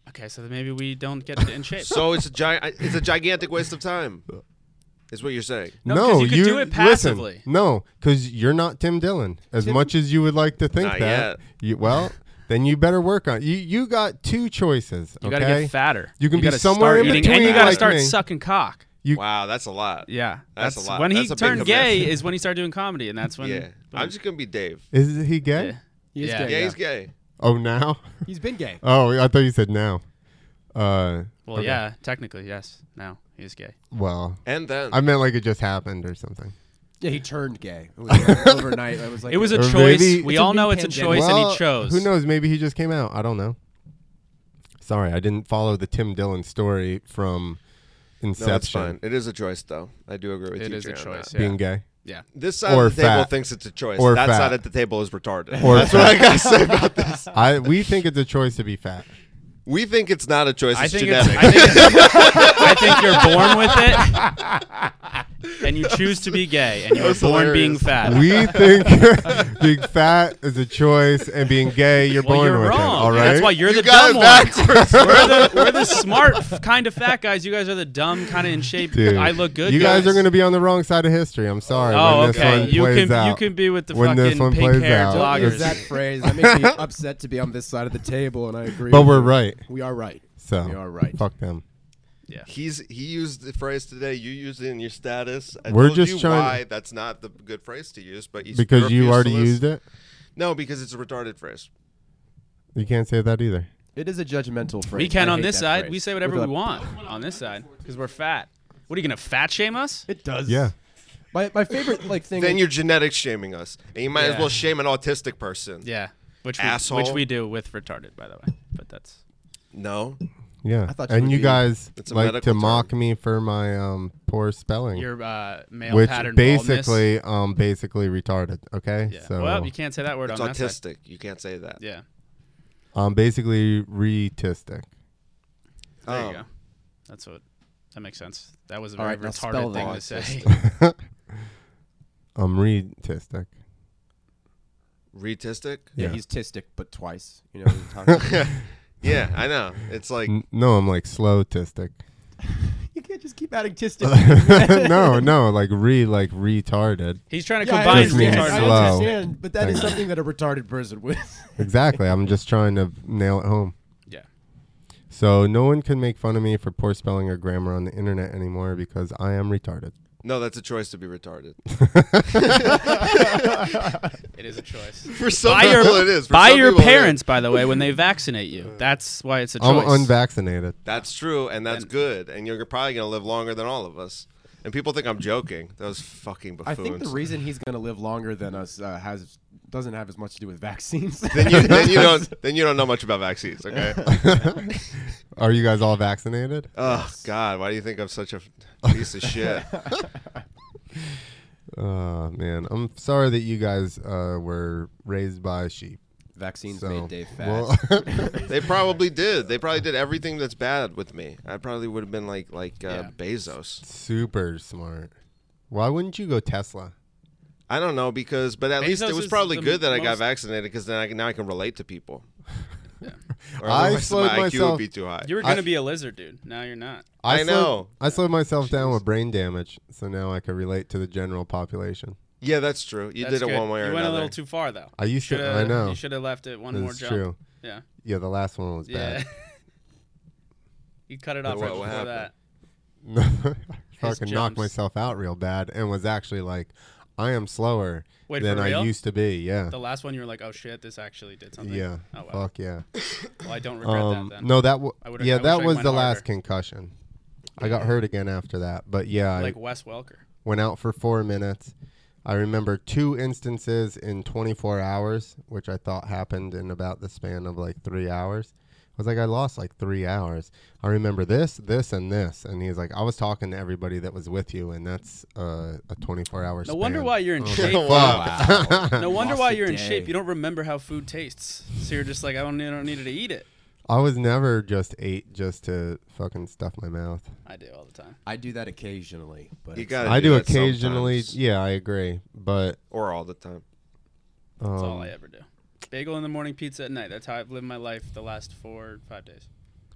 Speaker 3: okay, so then maybe we don't get in shape.
Speaker 1: so it's a giant. It's a gigantic waste of time. Is what you're saying.
Speaker 3: No,
Speaker 2: No,
Speaker 3: 'cause you
Speaker 2: you
Speaker 3: could do it passively.
Speaker 2: Listen, no, because you're not Tim Dillon. As much as you would like to think
Speaker 1: Not
Speaker 2: that,
Speaker 1: yet.
Speaker 2: you, well,
Speaker 3: [laughs]
Speaker 2: then you better work on. You you got two choices.
Speaker 3: You
Speaker 2: okay?
Speaker 3: gotta get fatter.
Speaker 2: You can be
Speaker 3: gotta
Speaker 2: somewhere
Speaker 3: start
Speaker 2: in
Speaker 3: eating,
Speaker 2: between
Speaker 3: and you gotta
Speaker 2: like
Speaker 3: start
Speaker 2: me.
Speaker 3: sucking cock.
Speaker 1: Wow, that's a lot.
Speaker 3: Yeah,
Speaker 1: That's a lot.
Speaker 3: When he
Speaker 1: That's a big
Speaker 3: turned gay
Speaker 1: commitment.
Speaker 3: is when he started doing comedy,
Speaker 2: [laughs]
Speaker 3: and that's when.
Speaker 1: Yeah. I'm just gonna be Dave.
Speaker 2: Is he gay?
Speaker 3: Yeah.
Speaker 4: He's
Speaker 3: Yeah.
Speaker 4: gay,
Speaker 1: Yeah,
Speaker 4: yeah.
Speaker 1: he's gay.
Speaker 2: Oh, now? [laughs]
Speaker 4: He's
Speaker 3: [laughs]
Speaker 4: been gay.
Speaker 2: Oh, I thought you said now. Uh,
Speaker 3: Well,
Speaker 2: okay.
Speaker 3: yeah, technically yes. Now he is gay.
Speaker 2: Well,
Speaker 1: And then
Speaker 2: I meant like it just happened or something.
Speaker 4: Yeah, he turned gay. It was like overnight. It was like
Speaker 3: It was a
Speaker 2: Or
Speaker 3: choice.
Speaker 2: maybe-
Speaker 3: we
Speaker 4: It's a
Speaker 3: all know
Speaker 4: new
Speaker 3: it's a
Speaker 4: pandemic.
Speaker 3: choice, and
Speaker 2: Well,
Speaker 3: he chose.
Speaker 2: Who knows? Maybe he just came out. I don't know. Sorry, I didn't follow the Tim Dillon story from
Speaker 1: no, that's fine.
Speaker 2: Inception.
Speaker 1: It is a choice, though. I do agree with
Speaker 3: It
Speaker 1: you.
Speaker 3: is a
Speaker 1: Jay, on
Speaker 3: choice.
Speaker 1: that.
Speaker 3: Yeah.
Speaker 2: Being
Speaker 3: [laughs]
Speaker 2: gay.
Speaker 3: yeah.
Speaker 1: This side
Speaker 2: Or
Speaker 1: of the table
Speaker 2: fat.
Speaker 1: thinks it's a choice.
Speaker 2: Or
Speaker 1: that
Speaker 2: fat.
Speaker 1: side at the table is retarded.
Speaker 2: Or
Speaker 1: that's
Speaker 2: fat.
Speaker 1: what I gotta say about this.
Speaker 2: I we think it's a choice to be fat.
Speaker 1: We think it's not a choice. It's
Speaker 3: I think it's,
Speaker 1: genetic.
Speaker 3: I think it's, I think you're born
Speaker 1: [laughs]
Speaker 3: with it, and you choose to be gay, and you were
Speaker 1: That's
Speaker 3: born being
Speaker 1: hilarious.
Speaker 3: fat.
Speaker 2: [laughs] We think being fat is a choice, and being gay, you're
Speaker 3: well,
Speaker 2: born
Speaker 3: you're
Speaker 2: with
Speaker 3: wrong.
Speaker 2: it. All right.
Speaker 3: That's why you're
Speaker 1: You
Speaker 3: the
Speaker 1: got
Speaker 3: dumb
Speaker 1: it
Speaker 3: one.
Speaker 1: backwards.
Speaker 3: We're the, we're the smart f- kind of fat guys. You guys are the dumb kind of in shape.
Speaker 2: Dude,
Speaker 3: I look good.
Speaker 2: You guys, are going to be on the wrong side of history. I'm sorry.
Speaker 3: Oh,
Speaker 2: when this
Speaker 3: okay.
Speaker 2: One
Speaker 3: You
Speaker 2: plays
Speaker 3: can you
Speaker 2: out.
Speaker 3: can be with the
Speaker 2: When this
Speaker 3: fucking
Speaker 2: one
Speaker 3: pink
Speaker 2: plays
Speaker 3: hair
Speaker 2: out.
Speaker 4: Don't use
Speaker 3: bloggers.
Speaker 4: that phrase. That
Speaker 2: [laughs]
Speaker 4: makes me upset to be on this side of the table, and I agree.
Speaker 2: But
Speaker 4: with
Speaker 2: we're
Speaker 4: you.
Speaker 2: right.
Speaker 4: We are right.
Speaker 2: So
Speaker 4: We are right.
Speaker 2: Fuck them.
Speaker 1: He's he used the phrase today. You used it in your status. I
Speaker 2: We're
Speaker 1: told
Speaker 2: just
Speaker 1: you
Speaker 2: trying-
Speaker 1: why that's not the good phrase to use, but you
Speaker 2: Because you already used it.
Speaker 1: No, because it's a retarded phrase.
Speaker 2: You can't say that either.
Speaker 4: It is a judgmental phrase.
Speaker 3: We can
Speaker 4: I
Speaker 3: on
Speaker 4: hate
Speaker 3: this
Speaker 4: that
Speaker 3: side.
Speaker 4: phrase.
Speaker 3: We say whatever
Speaker 4: With
Speaker 3: we
Speaker 4: a-
Speaker 3: want on this side because we're fat. What are you gonna fat shame us?
Speaker 4: It does.
Speaker 2: Yeah.
Speaker 4: My, my favorite like thing.
Speaker 1: Then you're genetics shaming us, and you might as
Speaker 3: Yeah.
Speaker 1: well shame an autistic person.
Speaker 3: Yeah, which
Speaker 1: Asshole.
Speaker 3: we, which we do with retarded, by the way. But that's
Speaker 1: No,
Speaker 2: Yeah.
Speaker 4: I thought you
Speaker 2: and
Speaker 4: would
Speaker 2: you
Speaker 4: be-
Speaker 2: guys
Speaker 1: It's a
Speaker 2: like to
Speaker 1: medical term.
Speaker 2: mock me for my um poor spelling.
Speaker 3: your uh, male
Speaker 2: which
Speaker 3: pattern baldness.
Speaker 2: basically um basically retarded, okay?
Speaker 3: Yeah.
Speaker 2: So
Speaker 3: well, you can't say that word
Speaker 1: it's
Speaker 3: on that side.
Speaker 1: autistic. You can't say that.
Speaker 3: Yeah.
Speaker 2: um basically retistic.
Speaker 3: There
Speaker 1: Oh.
Speaker 3: you go. That's what. That makes sense. That was a
Speaker 4: All
Speaker 3: very
Speaker 4: right, now spell
Speaker 3: retarded thing to say.
Speaker 4: that.
Speaker 1: [laughs]
Speaker 2: I'm retistic.
Speaker 1: Retistic.
Speaker 4: yeah,
Speaker 2: Yeah.
Speaker 4: he's tistic, but twice. You know, what I'm talking
Speaker 2: [laughs]
Speaker 4: about?
Speaker 1: [laughs] Yeah, I know. It's like
Speaker 2: N- no, I'm like slow tistic.
Speaker 4: you can't just keep adding tistic.
Speaker 2: [laughs] no, no, like re like retarded.
Speaker 3: He's trying to
Speaker 4: Yeah, I
Speaker 3: combine
Speaker 2: Just means
Speaker 3: retarded.
Speaker 4: understand,
Speaker 2: slow.
Speaker 4: I understand, but that is
Speaker 2: Thank you.
Speaker 4: something that a retarded person would. [laughs]
Speaker 2: Exactly. I'm just trying to nail it home.
Speaker 3: Yeah.
Speaker 2: So no one can make fun of me for poor spelling or grammar on the internet anymore because I am retarded.
Speaker 1: no, that's a choice to be retarded. [laughs]
Speaker 3: It is
Speaker 1: [laughs]
Speaker 3: a choice.
Speaker 1: For some
Speaker 3: By
Speaker 2: [laughs]
Speaker 3: your,
Speaker 1: people, it is. For
Speaker 3: by
Speaker 1: some
Speaker 3: your
Speaker 1: people, it is.
Speaker 3: parents, by the way, when they vaccinate you. That's why it's a choice.
Speaker 2: Uh, I'm unvaccinated.
Speaker 1: That's true, and that's
Speaker 3: And-
Speaker 1: good. And you're probably gonna live longer than all of us. And people think I'm joking. Those fucking
Speaker 4: I
Speaker 1: buffoons.
Speaker 4: think the reason he's going to live longer than us uh, has doesn't have as much to do with
Speaker 2: [laughs]
Speaker 4: vaccines.
Speaker 1: then you, then
Speaker 4: [laughs]
Speaker 1: you don't
Speaker 3: [laughs]
Speaker 1: then you don't know much about vaccines. Okay.
Speaker 2: Are you guys all vaccinated?
Speaker 1: oh God, why do you think I'm such a piece of
Speaker 3: [laughs]
Speaker 1: shit?
Speaker 2: Oh man, I'm sorry that you guys uh, were raised by sheep.
Speaker 4: vaccines
Speaker 2: So,
Speaker 4: made Dave fat.
Speaker 2: well-
Speaker 1: [laughs]
Speaker 2: [laughs]
Speaker 1: They probably did. They probably did everything that's bad with me. I probably would have been like like uh,
Speaker 3: Yeah.
Speaker 1: Bezos.
Speaker 2: Super smart. Why wouldn't you go Tesla?
Speaker 1: I don't know because, but at least
Speaker 3: Bezos
Speaker 1: it was
Speaker 3: is
Speaker 1: probably
Speaker 3: the
Speaker 1: good that I got
Speaker 3: most-
Speaker 1: vaccinated because then I can, now I can relate to
Speaker 3: [laughs]
Speaker 1: people. Or
Speaker 2: I
Speaker 1: otherwise
Speaker 2: slowed
Speaker 1: my IQ would
Speaker 2: myself-
Speaker 1: be too high.
Speaker 3: You were
Speaker 2: I-
Speaker 3: gonna be a lizard, dude. Now you're not.
Speaker 1: I
Speaker 2: slowed-
Speaker 1: know.
Speaker 2: I slowed myself down with brain damage, so now I can relate to the general population.
Speaker 1: yeah, that's true. You
Speaker 3: That's
Speaker 1: did it
Speaker 3: good.
Speaker 1: one way or
Speaker 3: You
Speaker 1: another.
Speaker 3: went a little too far though.
Speaker 2: I used to-
Speaker 3: Shoulda-
Speaker 2: I know.
Speaker 3: You should have left it one more
Speaker 2: That's
Speaker 3: jump.
Speaker 2: true.
Speaker 3: Yeah.
Speaker 2: Yeah, the last one was
Speaker 3: Yeah.
Speaker 2: bad.
Speaker 3: [laughs] you cut it off
Speaker 1: What-
Speaker 3: right
Speaker 1: what
Speaker 3: before
Speaker 1: happened?
Speaker 3: that.
Speaker 2: No, [laughs] I fucking knocked
Speaker 3: jumps.
Speaker 2: myself out real bad and was actually like, I am slower
Speaker 3: Wait,
Speaker 2: than
Speaker 3: for
Speaker 2: I
Speaker 3: real?
Speaker 2: used to be. Yeah.
Speaker 3: The last one, you were like, "Oh shit, this actually did something."
Speaker 2: Yeah.
Speaker 3: Oh wow.
Speaker 2: Fuck yeah.
Speaker 3: Well, I don't regret
Speaker 2: Um,
Speaker 3: that then.
Speaker 2: no, that w-
Speaker 3: I would've- I
Speaker 2: yeah,
Speaker 3: wish
Speaker 2: that
Speaker 3: I
Speaker 2: was
Speaker 3: went
Speaker 2: the last
Speaker 3: harder.
Speaker 2: concussion. I got hurt again after that, but yeah,
Speaker 3: Like
Speaker 2: I
Speaker 3: Wes Welker.
Speaker 2: went out for four minutes. I remember two instances in 24 hours, which I thought happened in about the span of like three hours. I was like, I lost like three hours. I remember this, this, and this. And he's like, I was talking to everybody that was with you, and that's uh, a 24 hour Oh.
Speaker 3: No wonder why you're in [laughs] shape.
Speaker 2: [laughs]
Speaker 4: Wow.
Speaker 3: No wonder
Speaker 4: Lost
Speaker 3: why
Speaker 4: a
Speaker 3: you're in
Speaker 4: day.
Speaker 3: shape. You don't remember how food tastes, so you're just like, I don't, I don't need to eat it.
Speaker 2: I was never just ate just to fucking stuff my mouth.
Speaker 3: I do all the time.
Speaker 4: I do that occasionally, but
Speaker 1: You
Speaker 4: it's-
Speaker 1: gotta
Speaker 2: I do
Speaker 1: that
Speaker 2: occasionally.
Speaker 1: sometimes.
Speaker 2: Yeah, I agree. But
Speaker 1: or all the time.
Speaker 2: um,
Speaker 3: That's all I ever do. Bagel in the morning, pizza at night. That's how I've lived my life the last four, five days.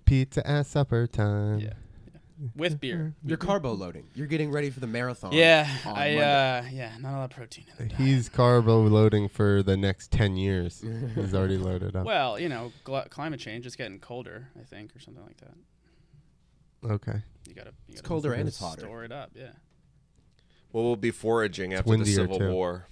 Speaker 2: pizza at supper time.
Speaker 3: Yeah, yeah. with beer.
Speaker 4: you're carbo loading. You're getting ready for the marathon.
Speaker 3: Yeah,
Speaker 4: on
Speaker 3: I
Speaker 4: Monday.
Speaker 3: uh, yeah, not a lot of protein in the diet.
Speaker 2: He's carbo loading for the next 10
Speaker 3: [laughs]
Speaker 2: years. He's already loaded up.
Speaker 3: Well, you know, gl- climate change. It's getting colder, I think, or something like that.
Speaker 2: okay.
Speaker 3: You gotta. You gotta
Speaker 4: colder and it's hotter.
Speaker 3: Store it up. Yeah. [laughs]
Speaker 1: Well, we'll be foraging after the
Speaker 2: windier,
Speaker 1: Civil
Speaker 2: too.
Speaker 1: War.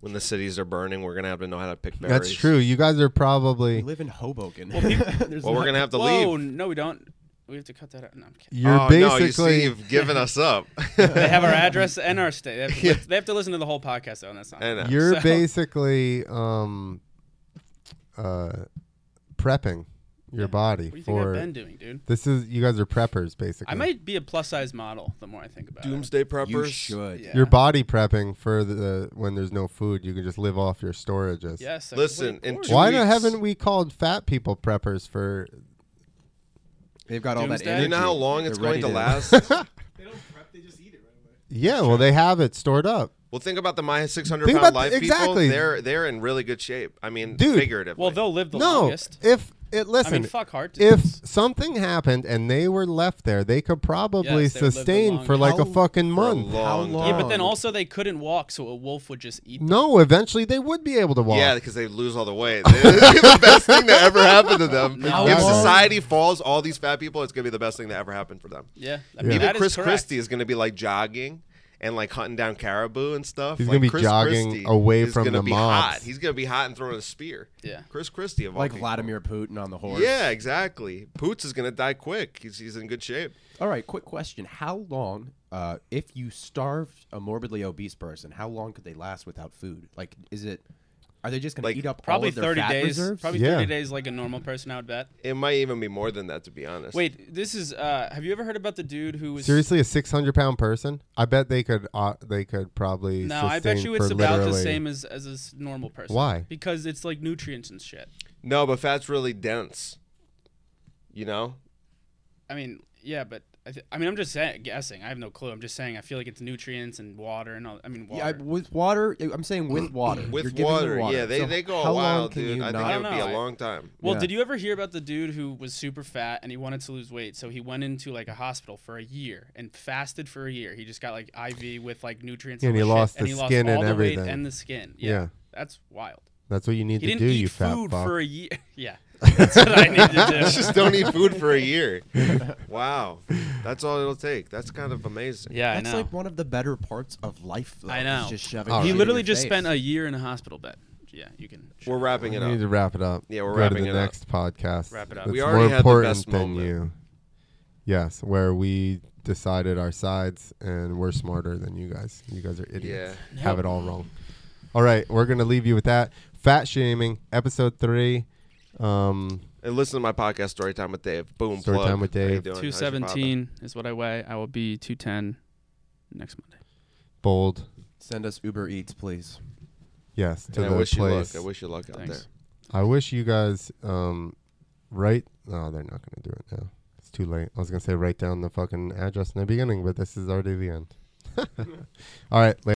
Speaker 1: When the cities are burning, we're gonna have to know how to pick berries.
Speaker 2: That's true. You guys are
Speaker 4: We
Speaker 2: probably
Speaker 1: Oh,
Speaker 4: live in Hoboken. [laughs] There's
Speaker 1: Well, we're
Speaker 4: not-
Speaker 1: gonna have to
Speaker 3: Whoa!
Speaker 1: leave.
Speaker 3: No, we don't. We have to cut that out. No, I'm kidding.
Speaker 2: you're
Speaker 1: oh, no, you see,
Speaker 2: basically
Speaker 1: you've given us up.
Speaker 3: They
Speaker 2: [laughs]
Speaker 3: have our address and our state. They have to, li- they have to listen to the whole podcast, though, and that's not.
Speaker 1: I know. [laughs]
Speaker 2: you are
Speaker 3: So-
Speaker 2: basically um uh prepping your body
Speaker 3: What do you think I've
Speaker 2: for
Speaker 3: been doing, dude?
Speaker 2: This is you guys are preppers basically.
Speaker 3: I might be a plus size model. The more I think about it.
Speaker 1: Doomsday preppers.
Speaker 4: You should.
Speaker 3: Yeah.
Speaker 2: You're body prepping for the when there's no food, you can just live off your storages.
Speaker 3: Yes. I
Speaker 1: Listen,
Speaker 3: completely
Speaker 1: in
Speaker 3: agree.
Speaker 1: two
Speaker 2: Why the
Speaker 1: weeks.
Speaker 2: haven't we called fat people preppers for
Speaker 4: They've got all that
Speaker 3: Doomsday.
Speaker 4: energy.
Speaker 1: You know how long
Speaker 4: They're
Speaker 1: it's
Speaker 4: ready
Speaker 1: going to
Speaker 4: [laughs]
Speaker 1: last?
Speaker 5: They don't prep, they just eat it right away.
Speaker 2: Yeah, well they have it stored up.
Speaker 1: Well, think about the my 600
Speaker 2: Think
Speaker 1: pound
Speaker 2: about the-
Speaker 1: life
Speaker 2: exactly.
Speaker 1: people. They're they're in really good shape. I mean,
Speaker 2: Dude.
Speaker 1: figuratively.
Speaker 3: Well, they'll live the
Speaker 2: no.
Speaker 3: longest.
Speaker 2: If it listen
Speaker 3: I mean, fuck heart
Speaker 2: if
Speaker 3: disease.
Speaker 2: something happened and they were left there, they could probably
Speaker 3: Yes, they would live the
Speaker 2: sustain for like a
Speaker 4: longest.
Speaker 2: fucking
Speaker 1: for a
Speaker 2: month.
Speaker 1: long
Speaker 4: How
Speaker 1: time.
Speaker 3: yeah, but then
Speaker 4: long-
Speaker 3: also they couldn't walk, so a wolf would just eat. them.
Speaker 2: No, eventually they would be able to walk.
Speaker 1: Yeah, because they lose all the weight. [laughs] the best thing that ever happened to them.
Speaker 3: How
Speaker 1: if
Speaker 2: long-
Speaker 1: society falls, all these fat people, it's gonna be the best thing that ever happened for them.
Speaker 3: Yeah. I mean,
Speaker 2: Yeah.
Speaker 1: Even
Speaker 3: that is
Speaker 1: Chris
Speaker 3: correct.
Speaker 1: Christie is gonna be like jogging and like hunting down caribou and stuff.
Speaker 2: He's
Speaker 1: Like,
Speaker 2: gonna be
Speaker 1: Chris
Speaker 2: jogging
Speaker 1: Christie
Speaker 2: away
Speaker 1: is
Speaker 2: from
Speaker 1: gonna
Speaker 2: the
Speaker 1: be
Speaker 2: mobs.
Speaker 1: hot. He's gonna be hot and throwing a spear.
Speaker 3: Yeah.
Speaker 1: Chris Christie of all
Speaker 4: Like
Speaker 1: people.
Speaker 4: Vladimir Putin on the horse.
Speaker 1: Yeah, exactly. Poots is gonna die quick. He's he's in good shape.
Speaker 4: All right, quick question. How long uh, if you starved a morbidly obese person, how long could they last without food? Like, is it? Are they just going
Speaker 1: Like,
Speaker 4: to eat up all
Speaker 3: Probably
Speaker 4: of their
Speaker 3: thirty
Speaker 4: fat
Speaker 3: days.
Speaker 4: reserves?
Speaker 3: Probably
Speaker 2: Yeah.
Speaker 3: thirty days, like a normal person, I would bet.
Speaker 1: It might even be more than that, to be honest.
Speaker 3: Wait, this is. Uh, have you ever heard about the dude who was
Speaker 2: Seriously, a 600 pound person? I bet they could. Uh, they could probably.
Speaker 3: No, I bet
Speaker 2: sustain
Speaker 3: you it's
Speaker 2: for
Speaker 3: about the
Speaker 2: literally-
Speaker 3: same as as a s- normal person.
Speaker 2: Why?
Speaker 3: Because it's like nutrients and shit.
Speaker 1: no, but fat's really dense. You know,
Speaker 3: I mean, yeah, but I, th- I mean, I'm just saying, guessing. I have no clue. I'm just saying. I feel like it's nutrients and water and all. I mean, water.
Speaker 4: Yeah, I- with water. I'm
Speaker 1: [clears throat]
Speaker 4: saying with water. You're
Speaker 1: with
Speaker 4: giving them
Speaker 1: water, yeah, they,
Speaker 4: So
Speaker 1: they go
Speaker 4: how
Speaker 1: a while,
Speaker 4: long can
Speaker 1: dude.
Speaker 4: you
Speaker 1: I
Speaker 4: not-
Speaker 1: think it would be
Speaker 3: I don't
Speaker 1: a
Speaker 3: know.
Speaker 1: long time. [laughs]
Speaker 3: well,
Speaker 4: yeah.
Speaker 3: did you ever hear about the dude who was super fat and he wanted to lose weight? So he went into like a hospital for a year and fasted for a year. He just got like IV with like nutrients
Speaker 2: Yeah,
Speaker 3: and,
Speaker 2: and he
Speaker 3: all
Speaker 2: lost
Speaker 3: shit, and
Speaker 2: the
Speaker 3: he lost
Speaker 2: skin
Speaker 3: all
Speaker 2: and
Speaker 3: the
Speaker 2: everything.
Speaker 3: weight and the skin. Yeah,
Speaker 2: Yeah.
Speaker 3: that's wild.
Speaker 2: That's what you need to
Speaker 3: He didn't
Speaker 2: do,
Speaker 3: eat
Speaker 2: you fat
Speaker 3: food
Speaker 2: fuck.
Speaker 3: for a year.
Speaker 2: [laughs]
Speaker 3: [laughs] Yeah, that's what I
Speaker 4: [laughs]
Speaker 3: need to do.
Speaker 1: just don't eat food for
Speaker 3: [laughs]
Speaker 1: a year. Wow, that's all it'll take. That's kind of amazing.
Speaker 3: Yeah, I
Speaker 4: That's
Speaker 3: know.
Speaker 4: like one of the better parts of life. Though,
Speaker 3: I
Speaker 4: is
Speaker 3: know.
Speaker 4: Just shoving
Speaker 2: All
Speaker 4: shit
Speaker 3: He
Speaker 4: in
Speaker 3: literally
Speaker 4: your
Speaker 3: just
Speaker 4: face.
Speaker 3: spent a year in a hospital bed. Yeah, you can.
Speaker 1: We're wrapping it
Speaker 2: We need
Speaker 1: up.
Speaker 2: to wrap it up.
Speaker 1: Yeah, we're
Speaker 2: Go
Speaker 1: wrapping
Speaker 2: to
Speaker 1: it
Speaker 2: the
Speaker 1: up.
Speaker 2: next podcast.
Speaker 3: Wrap it up.
Speaker 2: That's
Speaker 1: We
Speaker 2: more
Speaker 1: already had the
Speaker 2: important
Speaker 1: best
Speaker 2: than
Speaker 1: moment.
Speaker 2: you. Yes, where we decided our sides and we're smarter than you guys. You guys are idiots.
Speaker 3: Yeah.
Speaker 2: Have it all wrong. All right, we're gonna leave you with that. Fat shaming, episode three. Um,
Speaker 1: And listen to my podcast, Story Time with Dave. Boom.
Speaker 2: Story
Speaker 1: plug.
Speaker 2: Time with
Speaker 1: How you
Speaker 2: Dave.
Speaker 1: doing? How's your
Speaker 3: Two
Speaker 1: father?
Speaker 3: seventeen is what I weigh. I will be two ten next Monday.
Speaker 2: bold.
Speaker 4: Send us Uber Eats, please.
Speaker 2: Yes, to
Speaker 1: And I
Speaker 2: the
Speaker 1: wish
Speaker 2: place.
Speaker 1: you luck. I wish you luck out
Speaker 3: Thanks.
Speaker 1: there.
Speaker 2: I wish you guys um write no, they're not gonna do it now. It's too late. I was gonna say write down the fucking address in the beginning, but this is already the end. [laughs] All right, later.